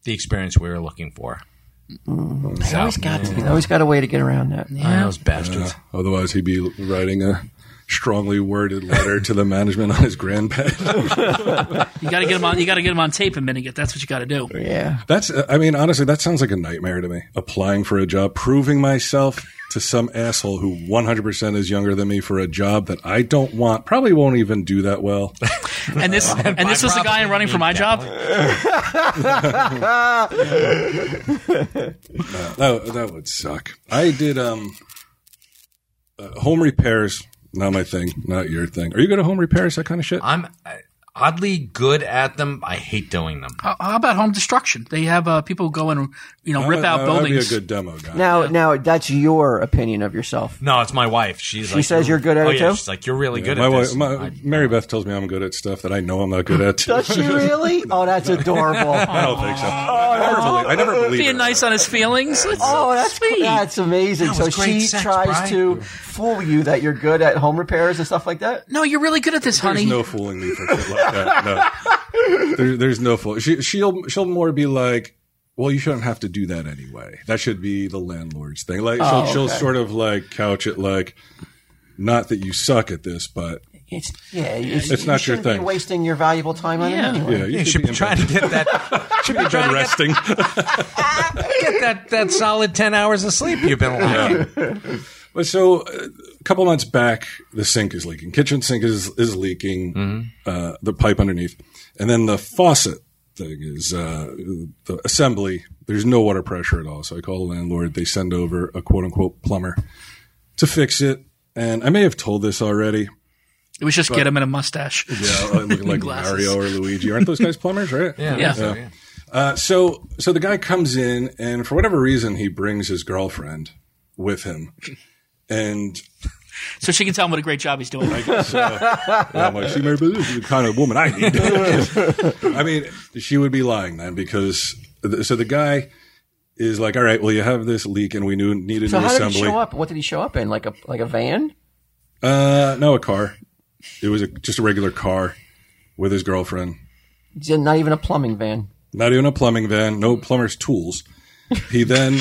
the experience we were looking for. So,
Always got to. Always got a way to get around that.
I those bastards.
Otherwise, he'd be writing a strongly worded letter to the management on his grandpad.
You got to get them on. You got to get them on tape and minute. That's what you got to do.
Yeah.
That's, I mean, honestly, that sounds like a nightmare to me. Applying for a job, proving myself to some asshole who 100% is younger than me for a job that I don't want. Probably won't even do that well.
And this and this
I
was the guy
probably
running for my
need
job.
that
That, that would suck. I did um, uh, home repairs. Not my thing. Not your thing. Are you good at home repairs? That kind of shit.
I'm uh, oddly good at them. I hate doing them.
How, how about home destruction? They have uh, people go and you know rip
I-
out
I- I'd
buildings.
Be a good demo guy.
Now, now that's your opinion of yourself.
No, it's my wife. She's like,
says you're good at
oh,
it
yeah,
too?
She's like, you're really good
my
at
wife,
this.
my, Mary Beth tells me I'm good at stuff that I know I'm not good at. too.
Does she really? Oh, that's adorable.
I don't think so. I never believe. I never believe
Being
her.
nice on his feelings. That's
Oh, that's
sweet.
that's amazing.
That
so
was great
she
sex,
tries
Brian.
to fool you that you're good at home repairs and stuff like that.
no, you're really good at this,
There's
honey.
no fooling me for shit like that. No. There, there's no fool. She, she'll she'll more be like, well, you shouldn't have to do that anyway. That should be the landlord's thing. Like
Oh,
she'll, she'll sort of like couch it like, not that you suck at this, but
It's yeah. It's,
It's not your
shouldn't be
thing.
wasting your valuable time on
Yeah.
it anyway.
yeah, you
You should be trying to get that. Should be
bed
trying to
resting.
get, get that, that solid ten hours of sleep you've been lacking.
But so uh, a couple months back, the sink is leaking. Kitchen sink is is leaking.
Mm-hmm.
Uh, the pipe underneath, and then the faucet thing is uh, the assembly. There's no water pressure at all. So I call the landlord. They send over a quote unquote plumber to fix it. And I may have told this already.
It was just get him in a mustache.
Yeah, looking like
Glasses.
Mario or Luigi. Aren't those guys plumbers, right?
Yeah.
So, yeah.
Uh, so so the guy comes in and for whatever reason he brings his girlfriend with him. And
So she can tell him what a great job he's doing.
And I'm like, she may be the kind of woman I need. I mean, she would be lying then because so the guy is like, all right, well, you have this leak and we knew, need a
So
new
how did he
assembly.
show up? What did he show up in? Like a like a van?
Uh, no, a car. It was a, just a regular car with his girlfriend.
Not even a plumbing van.
Not even a plumbing van. No plumber's tools. He then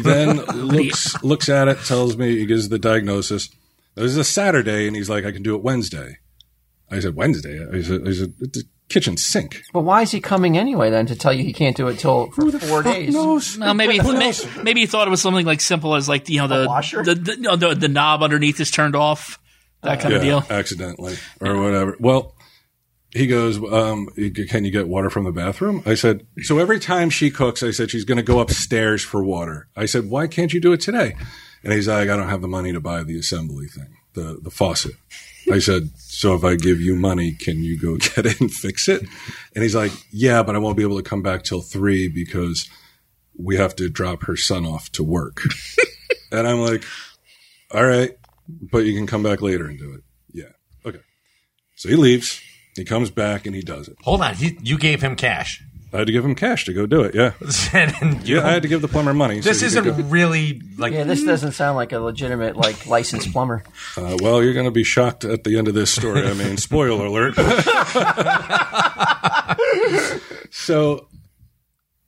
then looks looks at it, tells me he gives the diagnosis. It was a Saturday, and he's like, "I can do it Wednesday." I said, "Wednesday?" I said, I said "It's a kitchen sink."
But why is he coming anyway then to tell you he can't do it till for four days?
knows?
Well, maybe may- maybe he thought it was something like simple as like you know
A
the
washer?
the the, no, the the knob underneath is turned off, that kind of deal.
accidentally or whatever. Well, he goes, um, "Can you get water from the bathroom?" I said, "So every time she cooks, I said she's going to go upstairs for water." I said, "Why can't you do it today?" And he's like, "I don't have the money to buy the assembly thing, the the faucet." I said, "So if I give you money, can you go get it and fix it?" And he's like, "Yeah, but I won't be able to come back till three because we have to drop her son off to work." and I'm like, "All right, but you can come back later and do it." Yeah. Okay. So he leaves. He comes back and he does it.
Hold on, he, you gave him cash.
I had to give him cash to go do it. Yeah.
And you-
Yeah. I had to give the plumber money. so
this
he could go-
isn't really like
Yeah, this doesn't sound like a legitimate like licensed plumber.
Uh, well, you're going to be shocked at the end of this story. I mean, spoiler alert. so,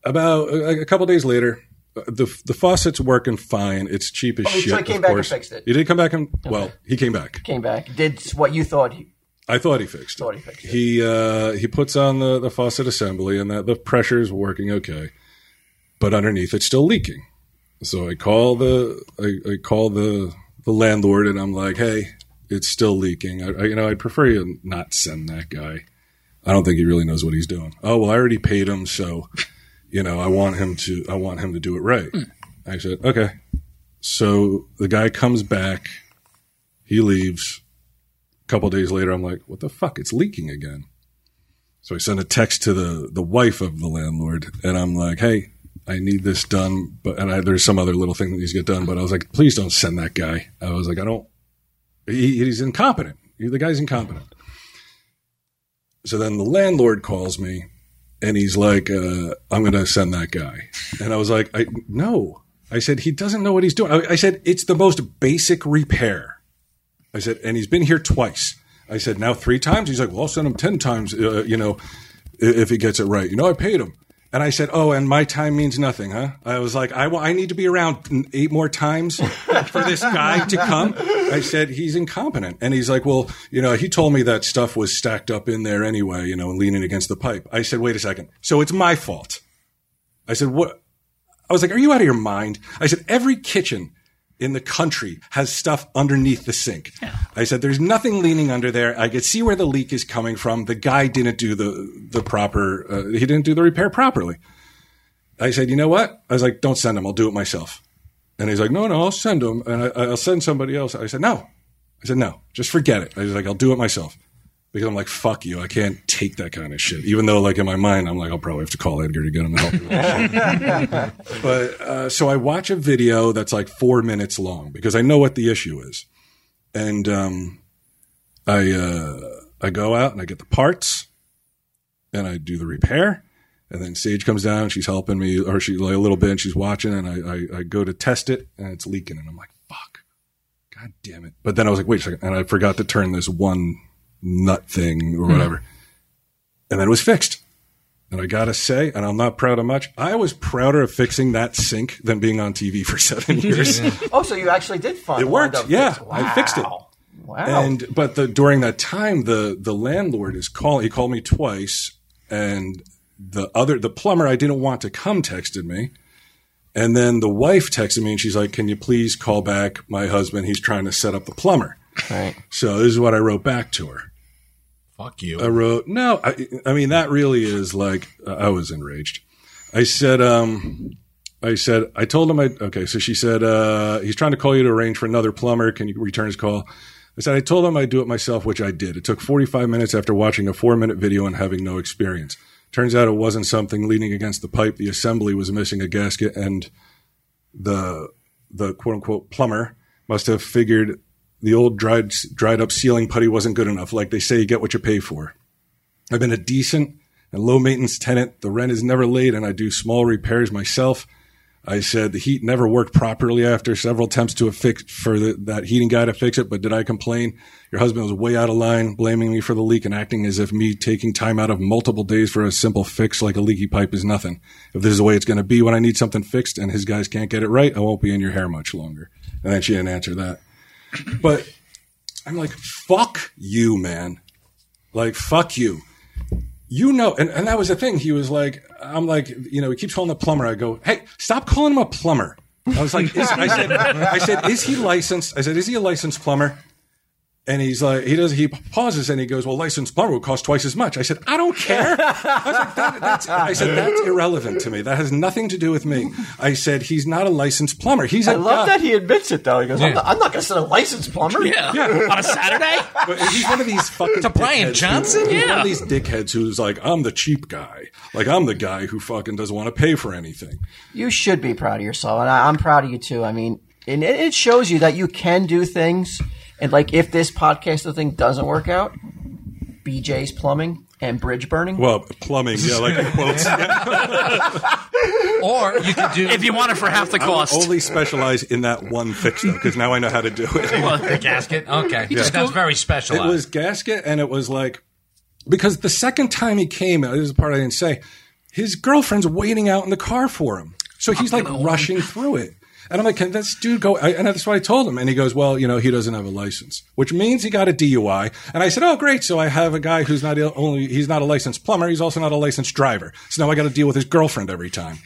about uh, a, a couple days later, uh, the the faucet's working fine. It's cheap as
so
shit.
Oh, he came
of
back and
course.
fixed it.
He did come back and well, he came back.
Came back, did what you thought. He,
I thought he fixed it.
Thought he fixed it.
He, uh, he puts on the, the faucet assembly and that the pressure is working okay, but underneath it's still leaking. So I call the I, I call the the landlord and I'm like, hey, it's still leaking. I, I, you know, I'd prefer you not send that guy. I don't think he really knows what he's doing. Oh well, I already paid him, so you know, I want him to I want him to do it right. I said, okay. So the guy comes back, he leaves couple days later, I'm like, what the fuck? It's leaking again. So I send a text to the the wife of the landlord, and I'm like, hey, I need this done, but and I, there's some other little thing that needs to get done, but I was like, please don't send that guy. I was like, I don't. He, he's incompetent. He- The guy's incompetent. So then the landlord calls me, and he's like, uh, I'm going to send that guy, and I was like, I no. I said he doesn't know what he's doing. I, I said it's the most basic repair. I said, and he's been here twice. I said, now three times. He's like, well, I'll send him ten times. Uh, you know, i- if he gets it right. You know, I paid him. And I said, oh, and my time means nothing, huh? I was like, I, wa- I need to be around eight more times for this guy to come. I said, he's incompetent. And he's like, well, you know, he told me that stuff was stacked up in there anyway, you know, and leaning against the pipe. I said, wait a second. So it's my fault. I said, what? I was like, are you out of your mind? I said, every kitchen in the country has stuff underneath the sink. I said, there's nothing leaning under there. I could see where the leak is coming from. The guy didn't do the, the proper, uh, he didn't do the repair properly. I said, you know what? I was like, don't send him. I'll do it myself. And he's like, no, no, I'll send him and I, I'll send somebody else. I said, no. I said, no, just forget it. I was like, I'll do it myself. Because I'm like, fuck you. I can't take that kind of shit. Even though, like, in my mind, I'm like, I'll probably have to call Edgar to get him to help me with that but uh, so I watch a video that's like four minutes long because I know what the issue is, and um, I uh, I go out and I get the parts, and I do the repair, and then Sage comes down. She's helping me, or she like a little bit, and she's watching, and I, I I go to test it, and it's leaking, and I'm like, fuck, god damn it! But then I was like, wait a second, and I forgot to turn this one nut thing or whatever, and then it was fixed. And I gotta say, and I'm not proud of much, I was prouder of fixing that sink than being on TV for seven years.
oh, so you actually did find
It worked.
wind up
Yeah,
fixed.
I fixed it.
Wow. Wow.
and but the during that time the the landlord is calling he called me twice and the other the plumber I didn't want to come texted me. And then the wife texted me and she's like, Can you please call back my husband? He's trying to set up the plumber.
right.
So this is what I wrote back to her.
fuck you.
I wrote, no, I, I mean, that really is like, I was enraged. I said, um, I said, I told him I, okay. So she said, uh, he's trying to call you to arrange for another plumber. Can you return his call? I said, I told him I'd do it myself, which I did. It took 45 minutes after watching a four minute video and having no experience. Turns out it wasn't something leaning against the pipe. The assembly was missing a gasket and the, the quote unquote plumber must have figured the old dried, dried up ceiling putty wasn't good enough. Like they say, you get what you pay for. I've been a decent and low maintenance tenant. The rent is never late and I do small repairs myself. I said the heat never worked properly after several attempts to fix for the, that heating guy to fix it. But did I complain? Your husband was way out of line, blaming me for the leak and acting as if me taking time out of multiple days for a simple fix like a leaky pipe is nothing. If this is the way it's going to be when I need something fixed and his guys can't get it right, I won't be in your hair much longer. And then she didn't answer that. But I'm like, fuck you, man. Like, fuck you. You know, and, and that was the thing. He was like, I'm like, you know, he keeps calling the plumber. I go, hey, stop calling him a plumber. I was like, is, I said, I said, is he licensed? I said, is he a licensed plumber? And he's like, he does, he pauses and he goes, well, licensed plumber would cost twice as much. I said, I don't care. I was like, that, that's, I said, that's irrelevant to me. That has nothing to do with me. I said, he's not a licensed plumber. He's a
I love
guy.
that he admits it though. He goes, "I'm not, I'm not going to send a licensed plumber."
Yeah. On a Saturday?
But he's one of these fucking to
Brian Johnson?
He's one
Yeah.
of these dickheads who's like, I'm the cheap guy. Like I'm the guy who fucking doesn't want to pay for anything.
you should be proud of yourself, and I, I'm proud of you too. I mean, and it, it shows you that you can do things. And like, if this podcast thing doesn't work out, BJ's plumbing and bridge burning.
Well, plumbing, yeah, like the quotes.
Or you could do
If you want it for half the
I would
cost.
only specialize in that one fix though, because now I know how to do it.
Well,
gasket. Okay,
just
that's
go-
very
It
specialized.
was gasket, and it was like because the second time he came, this is the part I didn't say. His girlfriend's waiting out in the car for him, so he's like rushing through it. And I'm like, can this dude go? I, and that's what I told him. And he goes, well, you know, he doesn't have a license, which means he got a DUI. And I said, oh, great. So I have a guy who's not il- only he's not a licensed plumber, he's also not a licensed driver. So now I got to deal with his girlfriend every time.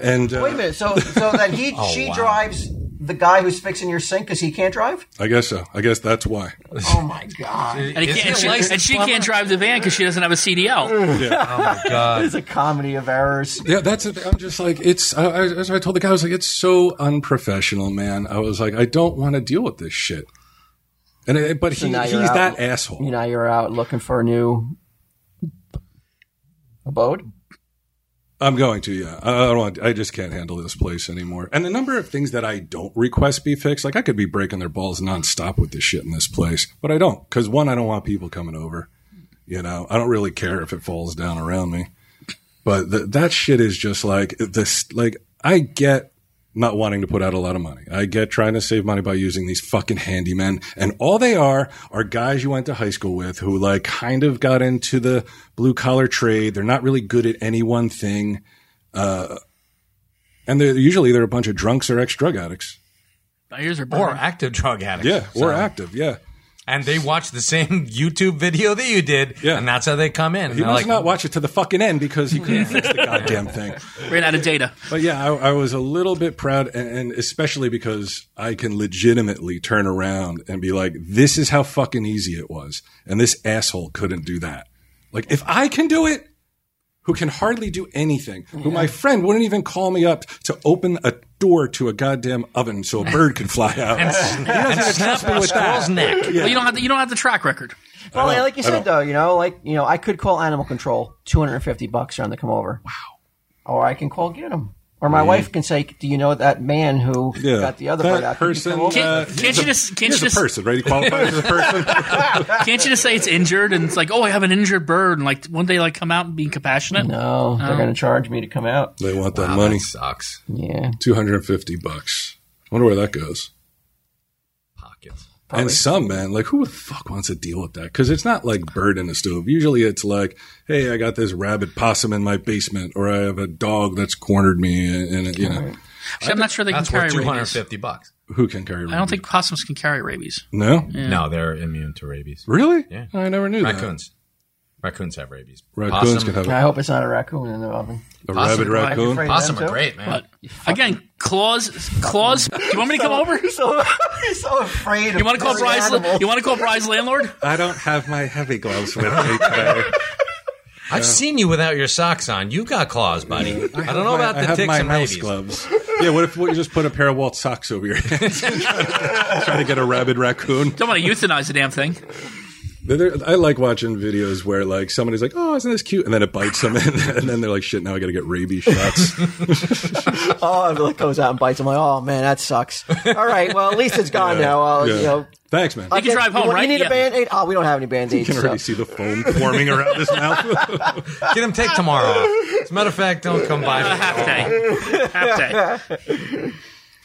And uh,
Wait a minute. So, so then he
Oh,
she
wow.
drives the guy who's fixing your sink because he can't drive.
I guess so. I guess that's why.
Oh my god!
and, he
Is
can't,
he a
and, she,
licensed
and she
plumber?
can't drive the van because she doesn't have a CDL.
It's a comedy of errors.
Yeah, that's it. I'm just like it's. I, I, as I told the guy, I was like, it's so unprofessional, man. I was like, I don't want to deal with this shit. And it, but he,
now
he's
you're out.
that asshole.
You know, you're out looking for a new abode.
I'm going to, yeah. I, I don't want, I just can't handle this place anymore. And the number of things that I don't request be fixed, like I could be breaking their balls nonstop with this shit in this place, but I don't. Cause one, I don't want people coming over. You know, I don't really care if it falls down around me, but th- that shit is just like this, like I get not wanting to put out a lot of money. I get trying to save money by using these fucking handymen. And all they are are guys you went to high school with who like kind of got into the blue collar trade. They're not really good at any one thing. Uh, and they're usually they're a bunch of drunks or ex drug addicts.
My ears are
or
burning.
active drug addicts.
Yeah.
So-
Or active. Yeah.
And they watch the same YouTube video that you did.
Yeah.
And that's how they come in.
He
They're
must
like,
not watch it to the fucking end because he couldn't fix the goddamn thing.
Ran out of data.
But yeah, I, I was a little bit proud, and, and especially because I can legitimately turn around and be like, "This is how fucking easy it was," and this asshole couldn't do that. Like, if I can do it, who can hardly do anything, who my friend wouldn't even call me up to open a door to a goddamn oven so a bird could fly out. he doesn't even trust me with
Squirrel's
that.
neck.
Well, you don't have the, you don't have the track record.
Well, like you
I
said
don't.
though, you know, like you know, I could call animal control, two hundred and fifty bucks for them to come over. Wow. Or I can call get them. Or my wife can say, "Do you know that man who
Yeah.
got the other
That
part out? Can you
person,
come over?"
Can't,
Uh,
can't you just can't you
He's a
just
person, right? He qualifies as a person.
can't you just say it's injured and it's like oh I have an injured bird and like one day like come out and be compassionate?
no,
Oh.
they're going to charge me to come out.
they want that
Wow,
money.
That sucks.
Yeah,
Two hundred and fifty bucks. I wonder where that goes.
Pockets.
And some man, like who the fuck wants to deal with that? Because it's not like bird in the stove. Usually, it's like, hey, I got this rabid possum in my basement, or I have a dog that's cornered me, and, and it- you know,
Actually, I'm not sure they can
That's
carry
worth
rabies.
250 bucks.
who can carry?
I don't think possums can carry rabies.
no,
No, they're immune to rabies.
really.
Yeah.
I never knew
Raccoons. Raccoons have rabies.
that. Raccoons
Possum-
can have
I
a,
hope it's not a raccoon in the oven.
a rabid
right.
raccoon.
Afraid of
Possum
them,
are
too?
great, man.
But Uh, again, claws, claws. Do you want me to come over?
He's so, he's so afraid.
You want to call Bry's? You want to call Bry's landlord?
I don't have my heavy gloves with me today.
I've seen you without your socks on. You got claws, buddy. I, don't know about
I
the
have
ticks
my
and
mouse
rabies.
gloves. Yeah, what if we just put a pair of Walt socks over your head? try to get a rabid raccoon.
Don't want to euthanize the damn thing.
There- I like watching videos where like somebody's like, "Oh, isn't this cute?" and then it bites them, and, and then they're like, "Shit, now I got to get rabies shots."
Oh, it goes out and bites. I'm like, oh man, that sucks. All right, well at least it's gone now. I'll,
Yeah.
You know,
Thanks, man.
Oh, I
I
can drive home,
you,
right?
You need
Yeah.
a band aid? Oh, we don't have any band aids.
can already see the foam forming around his mouth.
Get him take tomorrow off. As a matter of fact, don't come by.
A Uh, half day. half day.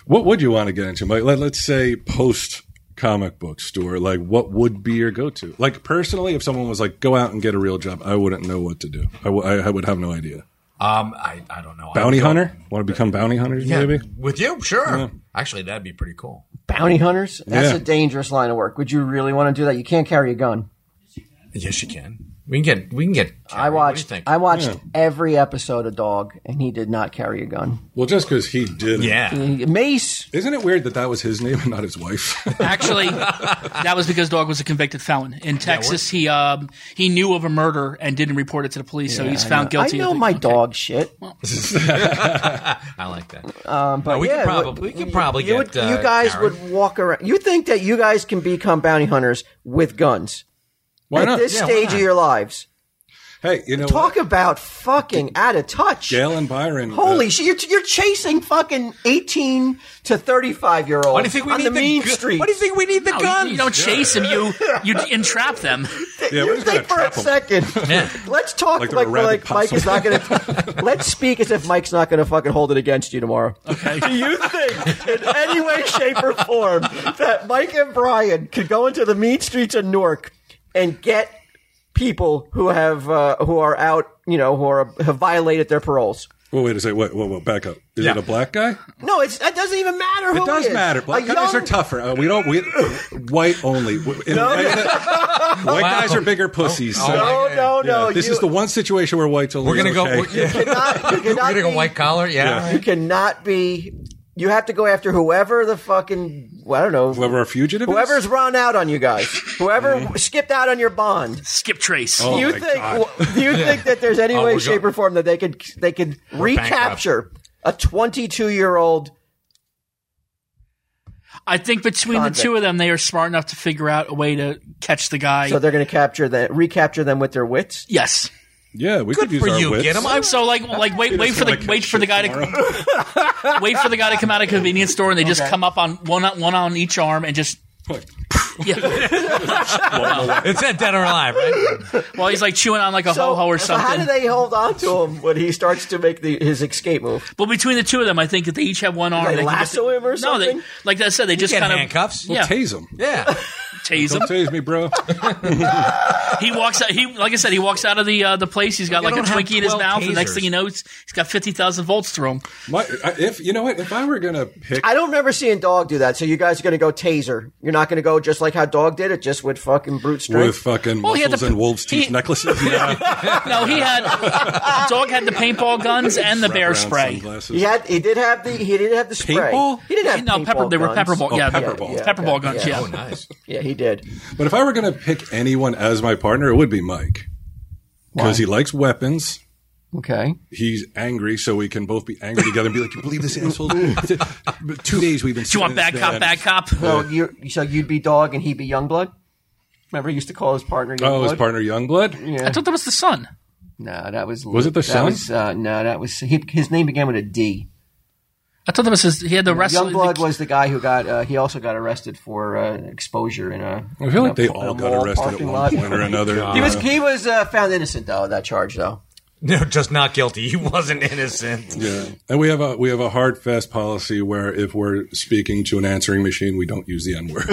what would you want to get into, Mike? Let, let's say post comic book store. Like, what would be your go to? Like, personally, if someone was like, "Go out and get a real job," I wouldn't know what to do. I wou- I- I would have no idea.
Um, I, I don't know. I
Bounty
would go-
hunter? Want to become bounty hunters?
Yeah,
Maybe.
with you, sure. Actually, that'd be pretty cool.
Bounty hunters? That's
Yeah.
a dangerous line of work. Would you really want to do that? You can't carry a gun.
Yes, you can. We can get. We can get.
I watched.
What do you think?
I watched every episode of Dog, and he did not carry a gun.
Well, just because he did. it.
Mm.
yeah.
Mace.
Isn't it weird that that was his name and not his wife?
Actually, that was because Dog was a convicted felon in Texas. he um, he knew of a murder and didn't report it to the police, so he's found
I
guilty.
know
of the-
my
okay.
dog shit.
I like that.
Um, But
we could
yeah,
probably-
what-
we could probably
you,
get,
would-
uh,
you guys
Karen.
would walk around. You think that you guys can become bounty hunters with guns
Why
at
not?
this
Yeah, why
stage
not?
of your lives?
Hey, you know,
Talk about fucking out of touch.
Gail and Byron.
Holy
uh,
shit! You're, you're chasing fucking eighteen to thirty-five year olds
Why do you think we
on
need
the mean
gu-
street.
Why do you think we need the
No, you-
guns?
You don't chase them. You you entrap them.
Yeah, we're
you
just
think for
gonna
a
trap
second. Let's talk
Like
like, like,
the rabid
Mike
possum.
is not going to. Let's speak as if Mike's not going to fucking hold it against you tomorrow. Okay. Do you think, in any way, shape, or form, that Mike and Brian could go into the mean streets of Newark and get people who have uh, who are out, you know, who are have violated their paroles?
Well, wait a second. Wait, whoa, whoa, back up. Is it a black guy?
No, it's that doesn't even matter. Who
It does
is.
matter. Black
A
guys
young-
are tougher. Uh, we don't. We white only. W- in- white guys are bigger pussies. so-
Oh,
No, no, no.
Yeah, this
you,
is the one situation where whites only.
We're gonna
is
go.
okay.
We're, yeah.
you cannot- you
we're
cannot
gonna go
be-
white collar. Yeah.
You cannot be. You have to go after whoever the fucking well, I don't know
Whoever a fugitive. is?
whoever's run out on you guys, whoever skipped out on your bond.
Skip trace.
Oh,
Do you
my
think?
God.
Do you think that there's any
Oh,
way,
we're
shape,
go-
or form that they could they could recapture a 22 year old?
I think between
Convict.
the two of them, they are smart enough to figure out a way to catch the guy.
So they're going to capture that, recapture them with their wits.
yes.
Yeah, we could
Good
use
for
our
you.
wits.
Get him. I,
So like like wait wait for the wait for the guy to
Tomorrow.
wait for the guy to come out of a convenience store and they just come up on one on one on each arm and just yeah.
it's that dead or alive, right?
While he's like chewing on like a
So,
ho ho or
so
something.
how do they hold on to him when he starts to make the, his escape move?
but between the two of them, I think that they each have one arm.
They
can just-
lasso him or
no, they,
something?
like I said, they just
Get
kind
handcuffs.
of yeah,
Tase him.
Yeah.
tase him.
Don't tase me, bro.
He walks out. He like I said, he walks out of the uh, the place. He's got
You
like a
don't have
Twinkie in his
12
mouth. The
tasers.
next thing you know, it's, he's got fifty thousand volts through him.
My, I- if you know what, if I were gonna pick,
I don't remember seeing Dog do that. So you guys are going to go taser. You're not going to go just like how Dog did it, just with fucking brute strength.
with fucking
Well, he had
muscles
to-
and wolves teeth
he-
necklaces, yeah.
No, he had dog had the paintball guns and the bear
Wraparound
spray.
sunglasses.
He had, he did have the, he did have the spray.
Paintball?
He didn't have
No,
paintball
pepper. They were
guns.
pepper ball.
Oh,
yeah,
pepper
the-
balls.
pepper
Yeah,
ball
okay,
guns.
yeah.
Yeah.
Oh, nice.
Yeah, he did.
But if I were going to pick anyone as my partner, it would be Mike because he likes weapons.
Okay.
He's angry, so we can both be angry together and be like, "You believe this asshole?" But Two days we've been.
Do you want bad cop, bad cop?
So you so you'd be dog and he'd be Youngblood. Remember, he used to call his partner. Youngblood?
Oh, his partner Youngblood.
I thought that was the son.
No, that was
Was it the
that
son?
was, uh, no, that was he, his name began with a D.
I thought that was his. He had the wrestling.
Youngblood was the guy who got uh, he also got arrested for uh, exposure in a.
I
in
feel like
a-
they
in a
all got
mall
arrested at
parking
one
lot.
point or another.
He was he was uh, found innocent though of that charge though.
No, just not guilty. He wasn't innocent.
Yeah. And we have a we have a hard fast policy where if we're speaking to an answering machine, we don't use the N word.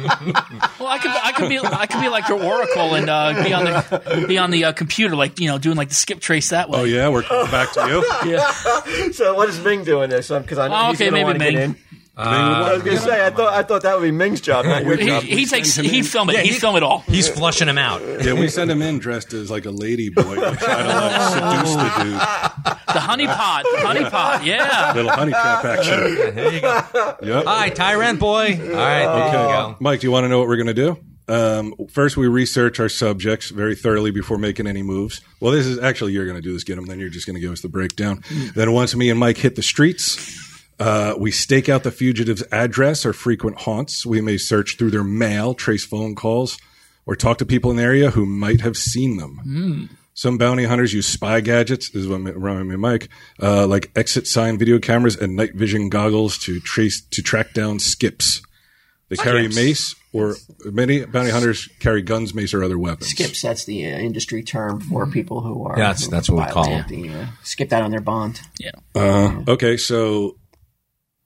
well, I could, I could be, I could be like your Oracle and uh, be on the, be on the uh, computer, like you know, doing like the skip trace that way.
oh yeah, we're coming back to you.
So what is Ming doing this? Because I know
Oh,
he's
okay,
gonna
maybe
want to get
Ming.
in.
Uh,
I was gonna say I thought I thought that would be Ming's job, not your job.
He, he takes, he'd film it. he'd
he-
film it all.
He's flushing him out.
Yeah, we send him in dressed as like a lady boy to try to like seduce the dude.
The honey pot, the honey pot, yeah.
Little honey trap action.
There you go.
Yep.
Hi, Tyrant boy. All right, there you go.
Mike, do you want to know what we're going to do? Um, first, we research our subjects very thoroughly before making any moves. Well, this is actually you're going to do this, get them. Then you're just going to give us the breakdown. Then once me and Mike hit the streets, uh, we stake out the fugitive's address or frequent haunts. We may search through their mail, trace phone calls. or talk to people in the area who might have seen them. Some bounty hunters use spy gadgets, this is what I'm- reminded me of Mike, uh, like exit sign video cameras and night vision goggles to trace to track down skips. They carry mace, or many bounty hunters carry guns, mace, or other weapons.
Skips, that's the uh, industry term for people who are.
Mm-hmm. Yeah, that's-
who
that's what we call
violate The, uh, skip that on their bond.
Uh, okay, so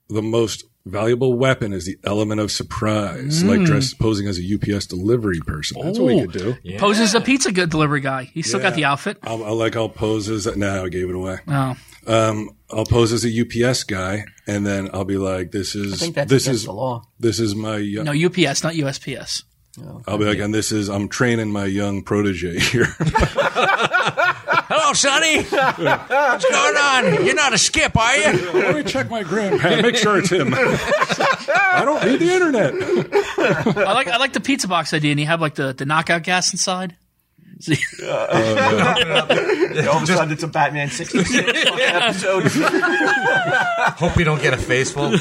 the most valuable weapon is the element of surprise, like dress posing as a UPS delivery person. That's what we could do.
Poses a pizza good delivery guy. He's still got the outfit.
I'll, I'll like I'll pose as no, I gave it away.
Oh,
Um, I'll pose as a UPS guy, and then I'll be like, "This
I
is
think that's
this
against
is
the law.
this is my." yo-
no, UPS, not USPS.
I'll be like, "And this is I'm training my young protege here."
Hello, Sonny. What's going on? You're not a skip, are you?
Let me check my grandpa. Make sure it's him. I don't need the internet.
I like I like the pizza box idea, and you have like the, the knockout gas inside. See,
All of a sudden, it's a Batman 66 episode.
Hope we don't get a faceful.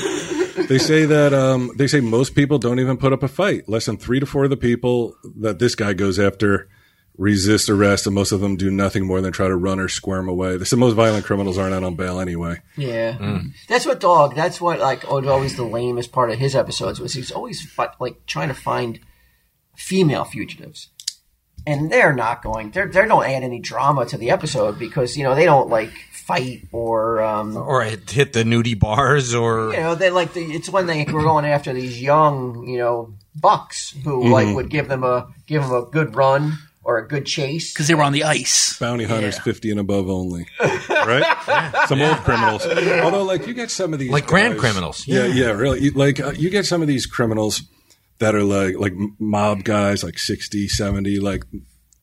They say that um, they say most people don't even put up a fight. Less than three to four of the people that this guy goes after resist arrest, and most of them do nothing more than try to run or squirm away. They say most violent criminals aren't out on bail anyway.
Yeah,
Mm.
that's what dog. That's what like was always the lamest part of his episodes was he's always fi- like trying to find female fugitives, and they're not going. They're they don't add any drama to the episode because you know they don't like fight or um,
or hit hit the nudie bars or
you know they like the, it's when they were going after these young you know bucks who like would give them a give them a good run or a good chase
because they were on the ice.
Bounty hunters, fifty and above only, right? Some old criminals. Although, like you get some of these
Like grand
guys-
criminals.
Yeah, yeah, really. You- Like uh, you get some of these criminals that are like like m- mob guys, like 60, 70, Like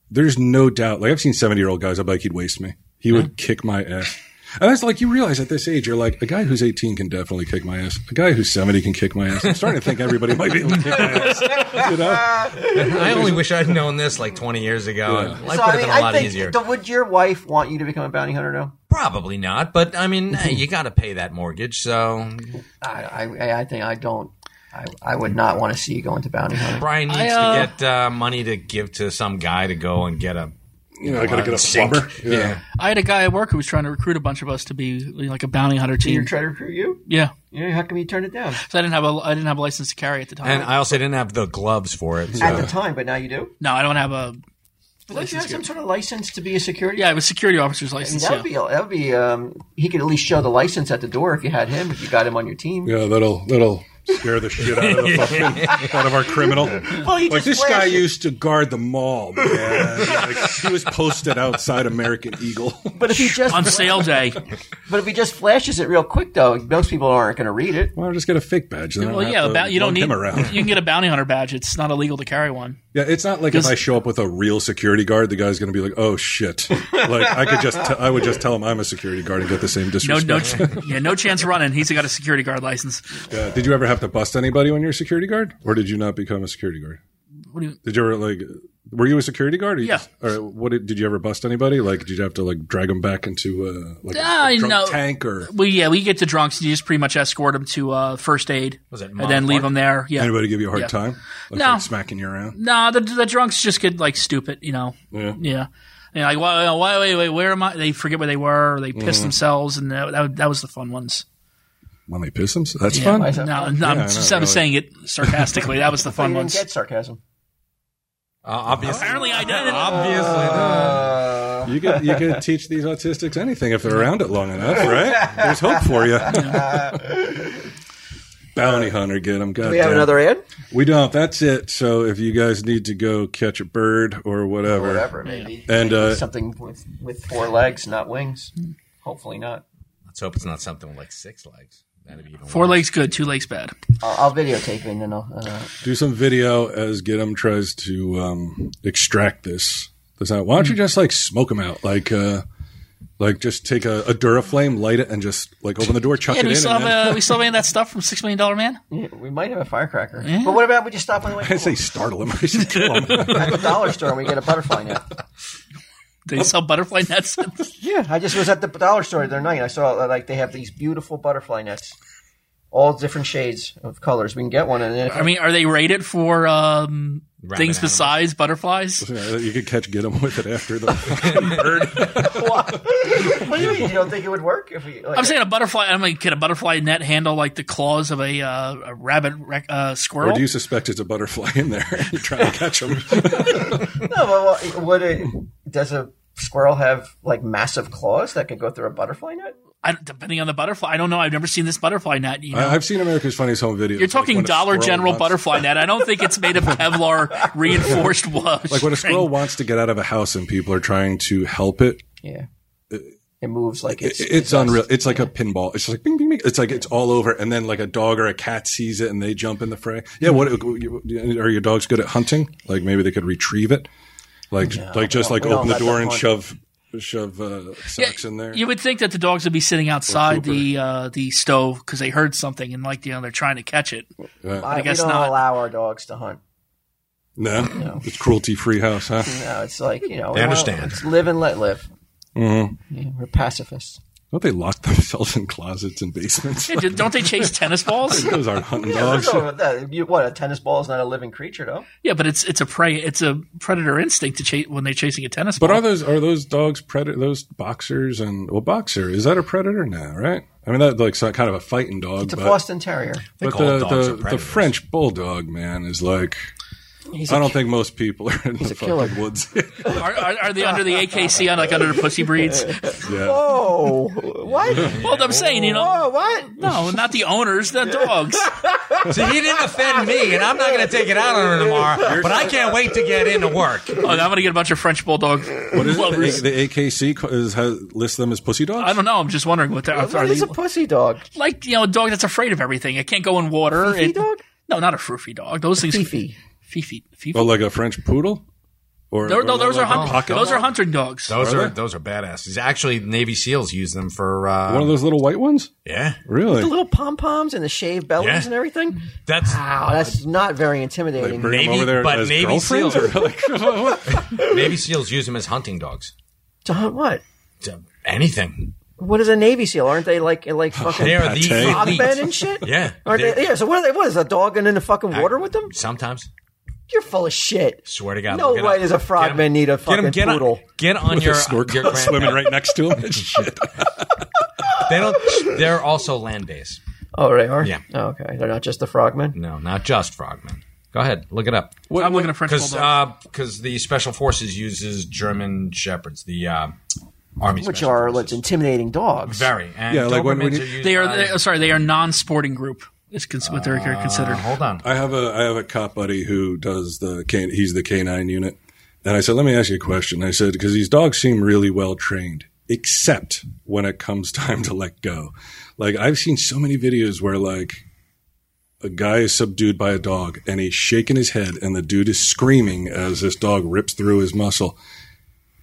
there's no doubt. Like I've seen seventy year old guys. I'm like he'd waste me. He would kick my ass. And that's like you realize at this age, you're like a guy who's 18 can definitely kick my ass. A guy who's 70 can kick my ass. I'm starting to think everybody might be able to kick my ass. You know?
I only wish I'd known this like 20 years ago. and Life would
So, I
have
mean,
been a
I
lot
think
easier.
th- would your wife want you to become a bounty hunter? No,
Probably not, but I mean, hey, you got to pay that mortgage. So
I, I, I think I don't. I, I would not want to see you going to bounty hunting.
Brian needs
uh,
to get uh, money to give to some guy to go and get a.
You know, I gotta
Uh,
get a
sink.
plumber. Yeah.
I had a guy at work who was trying to recruit a bunch of us to be like a bounty hunter
You're
team.
trying to recruit you?
Yeah,
Yeah, how come you turned it down
so I didn't have a I didn't have a license to carry at the time.
And I also didn't have the gloves for it. So. uh,
at the time? But now you do.
no, I don't have a.
But don't you have some sort of license to be a security?
Yeah, it was security officer's
I mean,
license.
that would
yeah.
be that would be. Um, he could at least show the license at the door if you had him. If you got him on your team.
Yeah, that'll that'll scare the shit out of the fucking out of our criminal.
he
like
just
this guy
flashes.
used to guard the mall, man. Like, he was posted outside American Eagle.
But if he just
On sale day.
but if he just flashes it real quick though, most people aren't going to read it.
Well, I'll just get a fake badge. Then I
Well,
don't
yeah,
have to
about, you don't
lug
need.
him around.
You can get a bounty hunter badge. It's not illegal to carry one.
Yeah, it's not like if I show up with a real security guard, the guy's going to be like, "Oh shit!" Like I could just, t- I would just tell him I'm a security guard and get the same
No,
disrespect.
no, ch- yeah, no chance of running. He's got a security guard license.
Yeah. Uh, Did you ever have to bust anybody when you're a security guard, or did you not become a security guard?
What do you?
Did you ever like? Were you a security guard? Or you
Yeah.
just- or what did, did you ever bust anybody? Like, did you have to like drag them back into uh, like a-
Ah,
a, drunk
no.
tank or
Well, yeah, we get to drunks. You just pretty much escort them to uh, first aid.
Was it
and then
Mont Park?
leave them there. Yeah.
anybody give you a hard
Yeah.
time? Like,
No.
like, smacking you around.
Nah, the, the drunks just get like stupid. You know.
Yeah.
Yeah. And like, why, why, wait, wait, where am I? They forget where they were. Or they piss
Mm.
themselves, and that, that, that was the fun ones.
When they piss them, that's fun.
Why is
No,
that
no,
fun?
I'm,
I know,
just- I'm
really.
saying it sarcastically. That was the
I
fun
didn't
ones.
get sarcasm.
Uh, obviously.
Apparently, I didn't.
Obviously.
You could you could teach these autistics anything if they're around it long enough, right? There's hope for you. Bounty hunter, get them.
We have another ad.
We don't. That's it. So if you guys need to go catch a bird or whatever,
Whatever, maybe.
And, uh,
something with with four legs, not wings. Hopefully not.
Let's hope it's not something with like six legs. That'd be even
Four
worse.
legs good, two legs bad.
I'll, I'll videotape it and then I'll. Uh,
do some video as get 'em tries to um, extract this. This out. Why don't you just like smoke them out? Like, uh, like just take a, a Duraflame, light it, and just like open the door, chuck
Yeah, do
it
we
in.
still
and then-
have uh, we still have any of that stuff from Six Million Dollar Man?
yeah, we might have a firecracker. But what about we just stop on the way
I say startle him. I should kill him.
at the dollar store and we get a butterfly net?
They sell butterfly nets.
uh, Yeah, I just was at the dollar store the other night. I saw like they have these beautiful butterfly nets, all different shades of colors. We can get one. And then if
I mean, are they rated for um,
Rabid
things
animals.
besides butterflies?
Yeah, you could catch get them with it after the fucking bird.
what do you mean? You don't think it would work if we? Like,
I'm saying a butterfly. I mean, can a butterfly net handle like the claws of a, uh, a rabbit rec- uh,
Or
squirrel?
do you suspect it's a butterfly in there? You're trying to catch them.
no, but what, would it? Does a squirrel have like massive claws that could go through a butterfly net?
I, don't- depending on the butterfly, I don't know. I've never seen this butterfly net. You know,
I, I've seen America's Funniest Home Videos.
you're talking
like when a
Dollar
squirrel
General
wants-
butterfly net. I don't think it's made of Kevlar reinforced wash.
Like when a squirrel wants to get out of a house and people are trying to help it,
Yeah, it moves like
it's,
it's.
it's unreal. It's like a pinball. It's just like bing, bing, bing. It's like it's all over, and then like a dog or a cat sees it and they jump in the fray. Yeah, what
Mm-hmm.
are your dogs good at hunting? Like maybe they could retrieve it, like like just
well,
like
we don't
open the
let
door
them
and
hunt.
shove shove uh, socks in there.
You would think that the dogs would be sitting outside the uh, the stove because they heard something and like you know they're trying to catch it.
I,
guess
we don't
not.
allow our dogs to hunt.
no, it's cruelty free house, huh?
No, it's like you know.
They
we wanna-
understand.
it's live and let live. Yeah, we're pacifists.
Don't they lock themselves in closets and basements?
Yeah, don't they chase tennis balls?
Those aren't hunting
Yeah,
dogs.
there's no- that- you- what a tennis ball is not a living creature, though.
Yeah, but it's it's a prey. It's a predator instinct to chase when they're chasing a tennis
But
ball.
are those are those dogs predator? Those boxers and well, boxer is that a predator now? Right? I mean, that like so- kind of a fighting dog.
It's a
but,
Boston Terrier.
They
but
call
the
dogs
the,
are
the
predators.
French bulldog man is like.
He's
I
a
don't think most people are in the
a killer.
fucking woods.
Are, are, are they under the AKC on like under the pussy breeds?
yeah.
Oh, what?
Well, I'm saying you know,
Oh, what?
no, not the owners, the dogs.
See, he didn't offend me, and I'm not going to take it out on her tomorrow. But I can't wait to get into work.
Oh, I'm gonna get a bunch of French bulldog
What is
lovers.
it? The, the AKC co- is, has, lists them as pussy dogs.
I don't know. I'm just wondering what they're are
What
they,
is a pussy dog?
like. You know, a dog that's afraid of everything. It can't go in water.
Fifi
It-
dog?
No, not a froofy dog. Those things.
Fifi.
Fifi. Fifi.
Oh, like a French poodle. Or
No, no,
or
those are
like a
hunt-
pocket
those are
dog?
hunting dogs.
Those
Are
are,
they?
those are badasses. Actually, Navy SEALs use them for uh,
One of those little white ones.
yeah.
The
Really?
little pom poms and the shaved bellies
Yeah.
and everything.
That's
Wow, that's not very
They
intimidating.
bring them
Navy-
over there
but
as
Navy
girlfriends,
SEALs.
or like what?
Navy SEALs use them as hunting dogs.
to hunt what?
To Anything.
What is a Navy SEAL? Aren't they like like
They
fucking
are the
Pate.
dog
elite.
men and shit?
Yeah.
Aren't
They-
they, yeah. So what are they? What is a dog in the fucking water with them?
Sometimes.
You're full of shit.
Swear to God.
No
look it
way
up.
does a frogman need a
Get 'em-
fucking
get 'em-
poodle.
Get on
With
your,
a snorkel
your
swimming
grandpa.
right next to him. Shit.
They don't. They're also land based.
Oh, they are.
Yeah. Mm-hmm.
Oh, okay, they're not just the frogmen.
No, not just frogmen. Go ahead, look it up.
I'm looking at French
Because
bulldog.
the special forces uses German shepherds, the uh, army,
Which
special
are
forces.
like intimidating dogs.
very and
Yeah, like when-
Dobermans
when you-
are used
they are.
uh,
by-
They, oh, sorry, they are non-sporting group. Is cons- what they're considered.
hold on,
I have a I have a cop buddy who does the can, he's the canine unit, and I said, let me ask you a question. I said because these dogs seem really well trained, except when it comes time to let go. Like I've seen so many videos where like a guy is subdued by a dog and he's shaking his head and the dude is screaming as this dog rips through his muscle.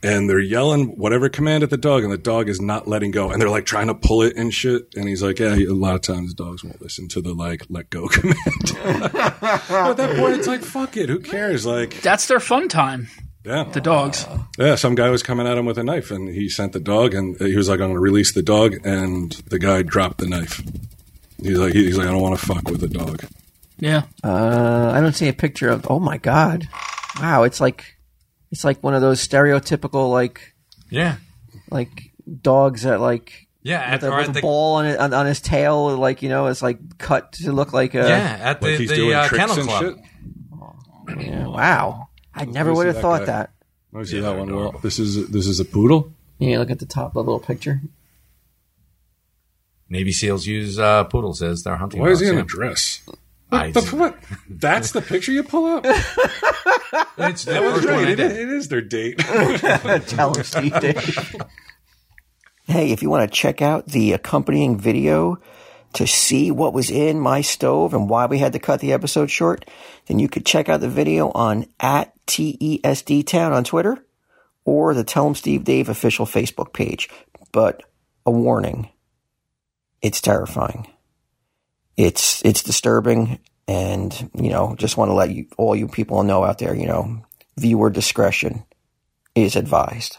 And they're yelling whatever command at the dog, and the dog is not letting go. And they're like trying to pull it and shit. And he's like, "Yeah, a lot of times dogs won't listen to the like let go command." at that point, it's like, fuck it. Who cares? Like,
That's their fun time.
yeah.
The dogs.
Yeah, some guy was coming at him with a knife and he sent the dog and he was like, I'm going to release the dog. And the guy dropped the knife. He's like, he's like, I don't want to fuck with the dog.
Yeah.
Uh, I don't see a picture of. Oh my god! Wow, it's like it's like one of those stereotypical like
yeah,
like dogs that like
yeah, at,
with a,
or
with
at
a
the,
ball on, it, on on his tail, like you know, it's like cut to look like a.
yeah, at
Like
the,
he's
the
doing
uh,
tricks
kennel
and
club.
shit.
Yeah, Wow, I never
me
would
see
have
that
thought
guy.
that.
Let me see that one. Well, this is this is a poodle.
Yeah, look at the top little picture.
Navy SEALs use uh, poodles as their hunting.
Why is
dogs,
he in
yeah.
a dress?
I-
What the, what? That's the picture you pull up. That's
It's the first one
right.
I
It,
did.
it is their date.
Tell him, Steve. hey, if you want to check out the accompanying video to see what was in my stove and why we had to cut the episode short, then you could check out the video on at TESD Town on Twitter or the Tell 'em Steve Dave official Facebook page. But a warning it's terrifying. It's it's disturbing and you know just want to let you all you people know out there you know viewer discretion is advised.